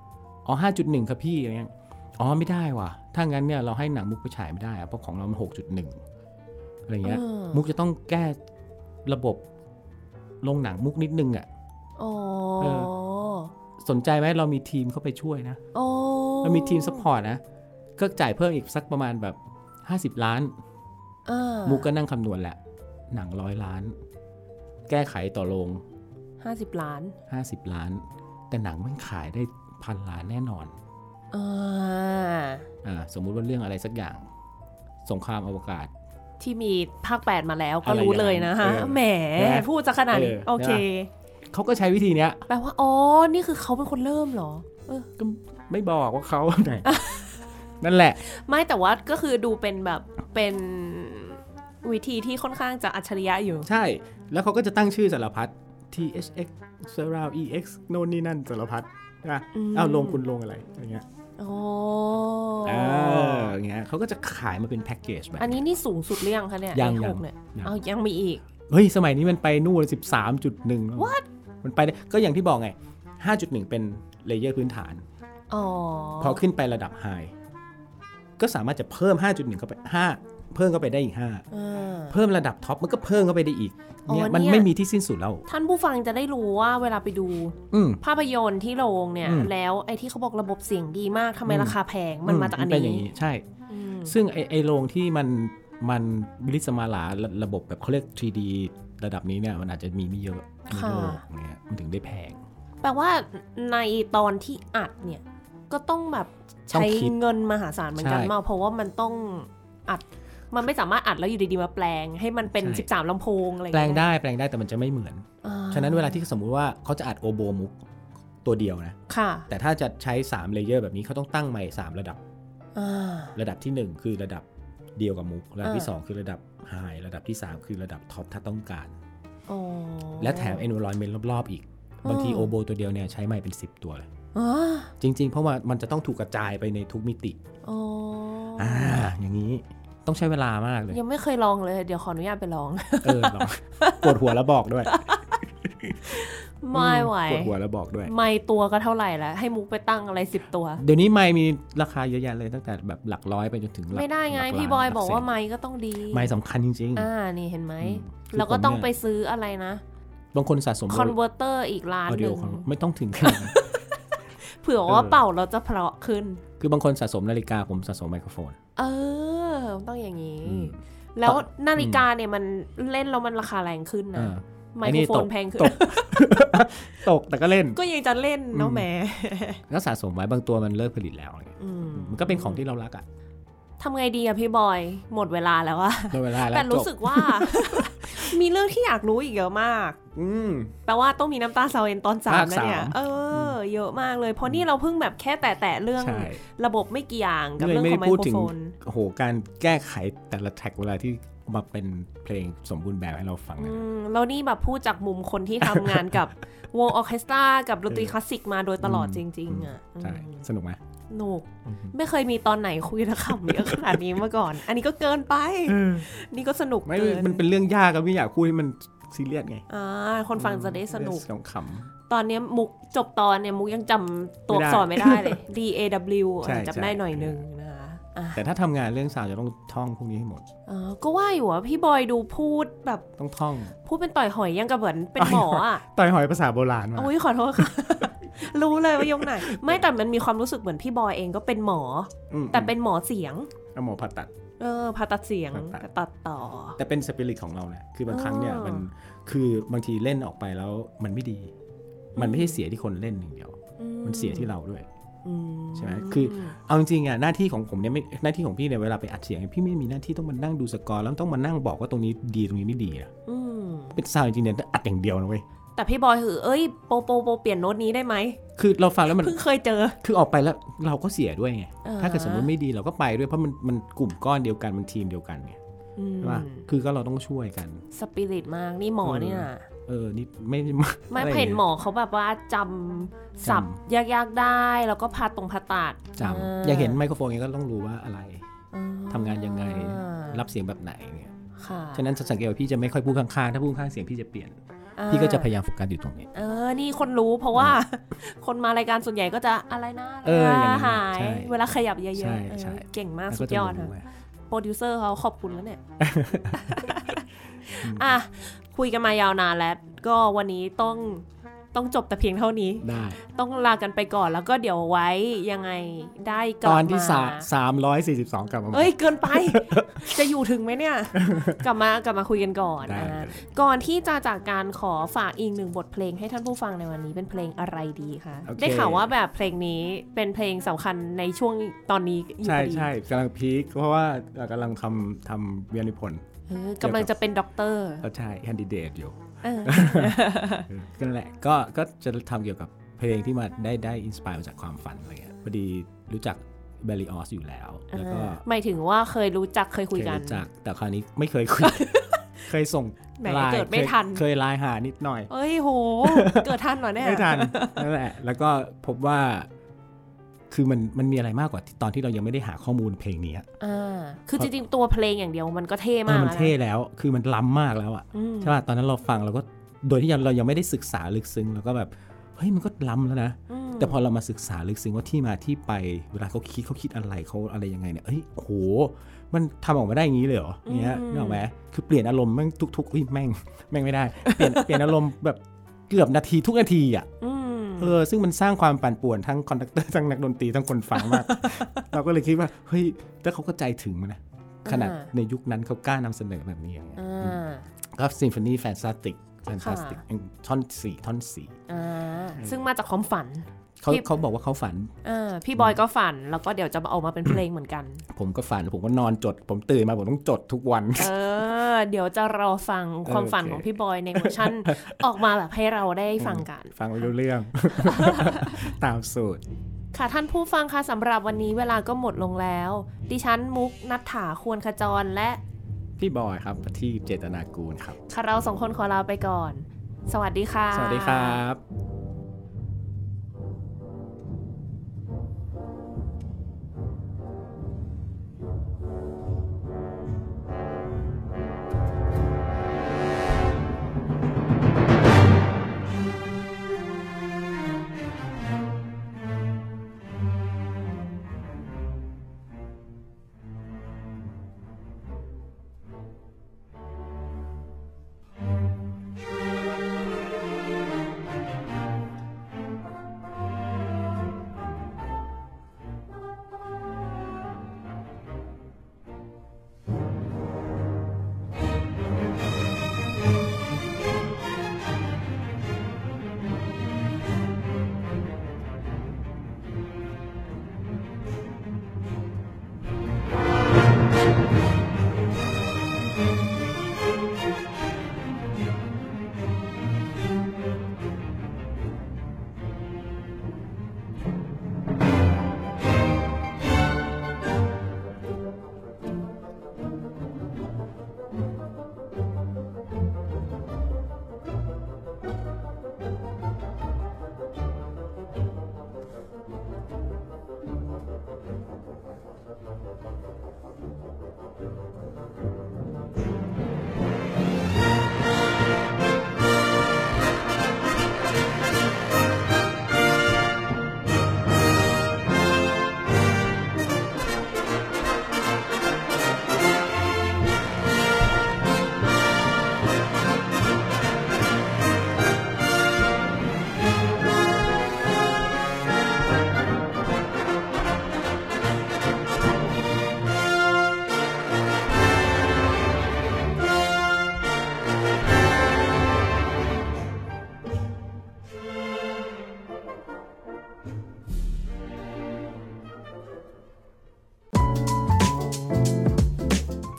A: อ๋อห้าจุดหนึ่งครับพี่อะไรเงี้ยอ๋อไม่ได้ว่ะ ถ้างั้นเนี่ยเราให้หนังมุกไปฉายไม่ได้อะเพราะของเรามันหกจุดหนึ่งอะไรเงี้ย
B: อ่ามุ
A: มุกจะต้องแก้ระบบลงหนังมุกนิดนึงอะ
B: อ๋อ
A: เอ สนใจไหมเรามีทีมเข้าไปช่วยนะ
B: อ๋อ
A: เรามีทีมซัพพอร์ตนะ ก็จ่ายเพิ่มอีกสักประมาณแบบ 50 ล้าน
B: อ่า
A: มุกก็นั่งคำนวณแหละ หนังร้อยล้าน แก้ไขต่อลง
B: ห้าสิบล้าน
A: 50 ล้าน แต่หนังมันขายได้พันล้านแน่นอน
B: อ่า
A: อ่าสมมุติว่าเรื่องอะไรสักอย่าง สงครามอวกาศ
B: ที่มีภาค 8 มาแล้วก็
A: อะไร
B: รู้เลยนะ
A: อ
B: ฮะ
A: ย่างนั้นเออ
B: แหม
A: นะ
B: พูดจะขนาดนี้
A: เออ
B: โอเค
A: ใช่ เขาก็ใช้วิธีเนี้ย
B: แปลว่า อ๋อ นี่คือเขาเป็นคนเริ่มเหรอเออ
A: ก็ไม่บอกว่า เขาไหนนั่นแหละ
B: ไม่แต่ว่าก็คือดูเป็นแบบเป็นวิธีที่ค่อนข้างจะอัจฉริยะอยู่
A: ใช่ แล้วเขาก็จะตั้งชื่อสารพัด THX Surround EX โน่นนี่นั่นสารพัดนะ
B: อืม
A: อ้าวลงคุณลงอะไรอย่างเงี้ย
B: โอ้
A: อ่าอย่างเงี้ยเขาก็จะขายมาเป็นแพ็กเกจแบบ
B: อันนี้นี่สูงสุดหรือยังคะเนี่ย
A: ยัง
B: ไอ้หก
A: ยัง
B: เนี่ย
A: ยัง
B: เอายังมีอีก
A: เฮ้ย สมัยนี้มันไปนู่น 13.1 แล้ว
B: What?
A: มันไปได้ก็อย่างที่บอกไง 5.1 เป็นเลเยอร์พื้นฐาน
B: อ๋อ
A: พอขึ้นไประดับไฮก็สามารถจะเพิ่ม 5.1 เข้าไป 5 เพิ่มเข้าไปได้อีก 5
B: อ่า
A: เพิ่มระดับท็อปมันก็เพิ่มเข้าไปได้อีก
B: อ๋อ
A: เนี่ยมัน
B: เนี่ย
A: ไม่มีที่สิ้นสุดแล้ว
B: ท่านผู้ฟังจะได้รู้ว่าเวลาไปดู
A: อืม
B: ภาพยนตร์ที่โรงเนี่ย
A: อืม
B: แล้วไอ้ที่เขาบอกระบบเสียงดีมากทำไม
A: อืม
B: ราคาแพงมันมาจากอัน
A: เป็อย่ง
B: นี้
A: ใช่
B: อืม
A: ซึ่งไอไอโรงที่มันมันบริสมาลาระระบบแบบเขาเรียก 3D ระดับนี้เนี่ยมันอาจจะมีไม่เยอะในโลกเนี่ยมันถึงได้แพง
B: แปลว่าในตอนที่อัดเนี่ย ก็ต้องแบบ
A: ต้อ
B: ใช้
A: งคิด
B: เงินมหาศาลเหมือนกัน
A: ใช่
B: มาเพราะว่ามันต้องอัด มันไม่สามารถอัดแล้วอยู่ดีๆมาแปลง ให้มันเป็น
A: ใช่
B: 13ลำโพงอะไรอย่า
A: แปลง
B: เย
A: ได้แปลงได้แต่มันจะไม่เหมือน
B: อ่
A: ฉะนั้นเวลาที่สมมุติว่าเขาจะอัดโอโบมุกตัวเดียวนะ
B: ค่ะ
A: แต่ถ้าจะใช้3เลเยอร์แบบนี้เขาต้องตั้งใหม่ 3 ระดับ
B: อ่า
A: ระดับทีหนึ่1 คือระดับเดียวกับมุก ระดับที่
B: อ่า
A: 2 คือระดับไฮระดับที่ 3 คือระดับท็อปถ้าต้องการ
B: อ๋อ
A: และแถม environment รอบๆ อีก บางที
B: อืม
A: โอโบตัวเดียวเนี่ยใช้ไม่เป็น 10 ตัวเลย
B: อ๋อ
A: จริง ๆ เพราะว่ามันจะต้องถูกกระจายไปในทุกมิติ
B: อ๋ออ
A: อ่าอย่างนี้ต้องใช้เวลามากเลย
B: ยังไม่เคยลองเลย เดี๋ยวขออนุญาตไปลอง
A: เออลอง ปวดหัวแล้วบอกด้วย
B: ไม่ไหว
A: ปวดหัวแล้วบอกด้วย
B: ไม่ตัวก็เท่าไหร่แล้ว ให้มุกไปตั้งอะไรสิบตัว
A: เดี๋ยวนี้ไม้มีราคาเยอะแยะเลยตั้งแต่แบบหลักร้อยไปจนถึงหลัก
B: ไม่ได้ไง
A: หลัล้าน
B: พี่บอ
A: ห
B: ย
A: ลั
B: บอกว่า
A: แสน
B: ไม้ก็ต้องดี
A: ไม้สำคัญจริง
B: อ่านี่เห็นไหม
A: อืมคือ
B: แล้วก็ต้อง
A: ผมเนี่ย
B: ไปซื้ออะไรนะ
A: ๆ บางคนสะสม
B: คอนเวอร์เตอร์อีกร้านห
A: audio
B: นึ่ง
A: ของไม่ต้องถึงขนาดนั้น
B: เผื่อว่า
A: เออ
B: เป่าเราจะเพราะขึ้น
A: คือบางคนสะสมนาฬิกาผมสะสมไมโครโฟน
B: เออ ต้องอย่างนี้
A: อืม
B: แล้ว
A: ต่อ
B: นาฬิกาเนี่ยมันเล่นแล้วมันราคาแรงขึ้นนะ
A: อ่า
B: ไม
A: ไอ้
B: โค
A: นี่
B: รโฟ
A: ต
B: น
A: ก
B: แพงขึ้
A: ต
B: น
A: ก ตกแต่ก็เล่น
B: ก็ยังจะเล่นเนาะ
A: อืม
B: แหม
A: แล้วสะสมไว้บางตัวมันเลิกผลิตแล้วอะไรเงี้ย
B: อืม
A: มันก็เป็นของที่เรารักอะ
B: ทำไงดีอะพี่บอย หมดเวลาแล้วอะ
A: โดยเวลาแล้ว
B: แต่รู้
A: จบ
B: สึกว่า มีเรื่องที่อยากรู้อีกเยอะมาก
A: อืม
B: แปลว่าต้องมีน้ำตาซาวเอนตอนสาม
A: ภาค
B: นะเนี่ย
A: สาม
B: เออ เยอะมากเลย เพราะนี่เราเพิ่งแบบแค่แตะๆเรื่อง
A: ใช่
B: ระบบไม่กี่อย่างกับ
A: เล
B: เรื่
A: ย
B: อง
A: ไม่ได้
B: ของไม
A: พูด
B: โคร
A: ถึง
B: โฟน
A: โอ้โหการแก้ไขแต่ละแท็กเวลาที่มาเป็นเพลงสมบูรณ์แบบให้เราฟัง
B: อื
A: นะ
B: มแล้วนี่แบบพูดจากมุมคนที่ทำงานกับ วงออร์เคสตรากับดนตรีคลาสสิกมาโดยตลอด
A: อืม
B: จริง ๆ อ่ะ
A: ใช่
B: อืม
A: สนุกไหม
B: หนุกไม่เคยมีตอนไหนคุยและขำเยอะขนาดนี้มาก่อน อันนี้ก็เกินไป นี่ก็สนุก
A: ไม่
B: เกิน
A: มันเป็นเรื่องยากครับไม่อยากพูดให้มันซีเรียสไง
B: อ่าคนฟังจะได้สนุก
A: เรื่องขำ
B: ตอนเนี้ยมุกจบตอนเนี่ยมุกยังจำตัวอักษรไม่ได้เลย D A W
A: ใช่
B: จำได้
A: ใช่
B: หน่อยหนึงนะคะ อ่ะ
A: แต่ถ้าทำงานเรื่องสาวจะต้องท่องพวกนี้ให้หมด
B: เออก็ว่าอยู่ว่าพี่บอยดูพูดแบบ
A: ต้องท่อง
B: พูดเป็นต่อยหอยยังกับเหมือนเป็นหมออ่ะ
A: ต่อยหอยภาษาโบราณมา
B: อุ้ยขอโทษค่ะ รู้เลยว่ายกไหน ไม่แต่มันมีความรู้สึกเหมือนพี่บอยเองก็เป็นหมอ
A: อืม
B: แต่เป็นหมอเสียง
A: เอาหมอผ่าตัด
B: เออผ่าตัดเสียง
A: ผ่าตัด
B: ตัดต่อ
A: แต่เป็นสปิริตของเราเนี่ยคือบางครั้งเนี่ย
B: อ๋อ
A: มันคือบางทีเล่นออกไปแล้วมันไม่ดี มันไม่ใช่เสียที่คนเล่นอย่างเดียว
B: อื
A: มันเสียที่เราด้วย
B: อื
A: ใช่ไหมคือ เอาจริงๆอ่ะหน้าที่ของผมเนี่ยไม่หน้าที่ของพี่เนี่ยเวลาไปอัดเสียงพี่ไม่มีหน้าที่ต้องมานั่งดูสกอร์แล้วต้องมานั่งบอกว่าตรงนี้ดีตรงนี้ไม่ดีนะ
B: อืม
A: เป็นซาวด์จริงๆเนี่ยอัดอย่างเดียวนะเว้ย
B: แต่พี่บอยคือ เอ้ยโปโปโปเปลี่ยนโน้ตนี้ได้ไหม
A: คือเราฟังแล้วมัน
B: เพิ่งเคยเจอ
A: คือออกไปแล้วเราก็เสียด้วยไง
B: อ่า
A: ถ้าเกิดสมมติไม่ดีเราก็ไปด้วยเพราะมันมันกลุ่มก้อนเดียวกันมันทีมเดียวกันไง
B: อืม
A: ใช่ป่ะคือก็เราต้องช่วยกัน
B: สปิริตมากนี่หมอ
A: เออ
B: นี่นะ
A: เออนี่ไม่
B: ไม่
A: อะไร
B: เห็นหมอเขาแบบว่าจำสับยากๆได้แล้วก็ผ่าตรงผ่าตัด
A: จำอยากเห็นไมโครโฟนเองก็ต้องรู้ว่าอะไร
B: อ่า
A: ทำงานยังไงรับเสียงแบบไหนเนี่ย
B: ค่ะ
A: ฉะนั้นสังเกตว่าพี่จะไม่ค่อยพูดข้างๆถ้าพูดข้างเสียงพี่จะเปลี่ยน
B: อ่า
A: พี่ก็จะพยายามโฟกัสอยู่ตรงนี้
B: เออ นี่คนรู้เพราะว่า คนมารายการส่วนใหญ่ก็จะอะไรนะ
A: เอออย่างนั้น
B: ะไรนะหาย
A: ใช่
B: เวลาขยับเยอะๆ
A: ใช่
B: เออ
A: ใช่
B: เก่งมาก
A: แล้ว
B: สุ
A: ก็
B: ด
A: จะ
B: ยอด
A: รู้
B: ค่ะ
A: ไง
B: โปรดิวเซอร์เขาขอบคุณแล้วเนี่ย อ่ะ คุยกันมายาวนานแล้ว ก็วันนี้ต้องต้องจบแต่เพียงเท่านี้
A: ได้
B: ต้องลากันไปก่อนแล้วก็เดี๋ยวไว้ยังไงได้กลั
A: ต
B: บ
A: อน
B: มา
A: ที่สาสามร้อยสี่สิบสองกลับมาใหม่
B: เอ้ยเกินไป จะอยู่ถึงไหมเนี่ย กลับมากลับมาคุยกันก่อน
A: ได้
B: อ่ะ
A: เลย
B: ก่อนที่จะจากการขอฝากอีกหนึ่งบทเพลงให้ท่านผู้ฟังในวันนี้เป็นเพลงอะไรดีคะ
A: โอเค
B: ได้ข่าวว่าแบบเพลงนี้เป็นเพลงสำคัญในช่วงตอนนี้อยู่
A: ใช่
B: พอดี
A: ใช่กำลังพีคเพราะว่าเรากำลังทำทำเวียนนิพนธ์
B: เออกำลังจะเป็นด็อกเตอร์
A: ก็ใช่แคนดิเดต อยู่
B: เออ
A: เออก็นั่นแหละก็ก็จะทำเกี่ยวกับเพลงที่มาได้ได้อินสปายมาจากความฝันอะไรเงี้ยพอดีรู้จักเบล l ออสอยู่แล้ว แล้วก็
B: หมายถึงว่าเคยรู้จักเคย
A: เค
B: คุย
A: ย
B: กัน
A: รู้จักแต่คราวนี้ไม่เคย คุย เคยส่ง
B: แหมเกิดไม่
A: คย
B: ทัน
A: เคยไลน์หานิดหน่อย
B: เอ้ยโห เกิดทันเหรอเนี่ย
A: ไม่ทั น นั่นแหละ แล้วก็พบว่าคือมันมันมีอะไรมากกว่าที่ตอนที่เรายังไม่ได้หาข้อมูลเพลงนี้อะ
B: อ่าคือจริงๆตัวเพลงอย่างเดียวมันก็เท่
A: เอ
B: มา
A: อก มันเท่แล้วคือมันล้ำมากแล้วอะ
B: อืม
A: ใช่ป่ะตอนนั้นเราฟังเราก็โดยที่ยังเรายังไม่ได้ศึกษาลึกซึ้งเราก็แบบเฮ้ยมันก็ล้ำแล้วนะ
B: อืม
A: แต่พอเรามาศึกษาลึกซึ้งว่าที่มาที่ไปเวลาเขาคิดเขาคิดอะไรเขาอะไรยังไงเนี่ยเฮ้ยโอ้โห มันทำออกมาได้อย่างนี้เลยเหรอเนี้ยนึกออกไหมคือเปลี่ยนอารมณ์แม่งทุกๆอุ้ยแม่งแม่งไม่ได้ เปลี่ยน เปลี่ยนอารมณ์แบบเกือบนาทีทุกนาทีอ่ะ
B: อืม
A: เออซึ่งมันสร้างความปั่นป่วนทั้งคอนดักเตอร์ทั้งนักดนตรีทั้งคนฟัง มาก เราก็เลยคิดว่าเฮ้ยแต่เขาก็ใจถึงมันนะขนาด
B: อ่า
A: ในยุคนั้นเขากล้านำเสนอแบบนี้อย่างเงี้ย
B: อ่า
A: ก็ซิมโฟนีแฟนตาสติกแฟนตาสติก
B: ค่ะ
A: ท่อนสี่ท่อนสี่
B: อ่าซึ่งมาจากความฝัน
A: เขา
B: ที่
A: เขาบอกว่าเขาฝัน
B: อ่าพี่บอยก็ฝัน แล้วก็เดี๋ยวจะมาออกมาเป็นเพลงเหมือนกัน
A: ผมก็ฝัน ผมก็นอนจด ผมตื่นมา ผมต้องจดทุกวัน
B: เออ เดี๋ยวจะรอฟังความฝันของพี่บอยในเวอร์ชัน ออกมาแบบให้เราได้ฟังกัน
A: ฟังไม่รู้เรื่อง ตามสูตร
B: ค่ะท่านผู้ฟังคะสำหรับวันนี้เวลาก็หมดลงแล้ว ดิฉันมุกนัฐถาควรขจรและ
A: พี่บอยครับที่เจตนากูลครับ
B: ค่ะเราสองคนขอลาไปก่อน สวัสดีค่ะ
A: สวัสดีครับ
C: 「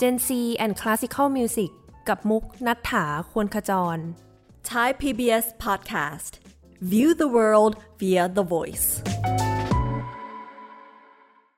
B: Gen C and Classical Music กับมุกนัฐถาควรขจร
C: Thai PBS podcast. View the world via the voice.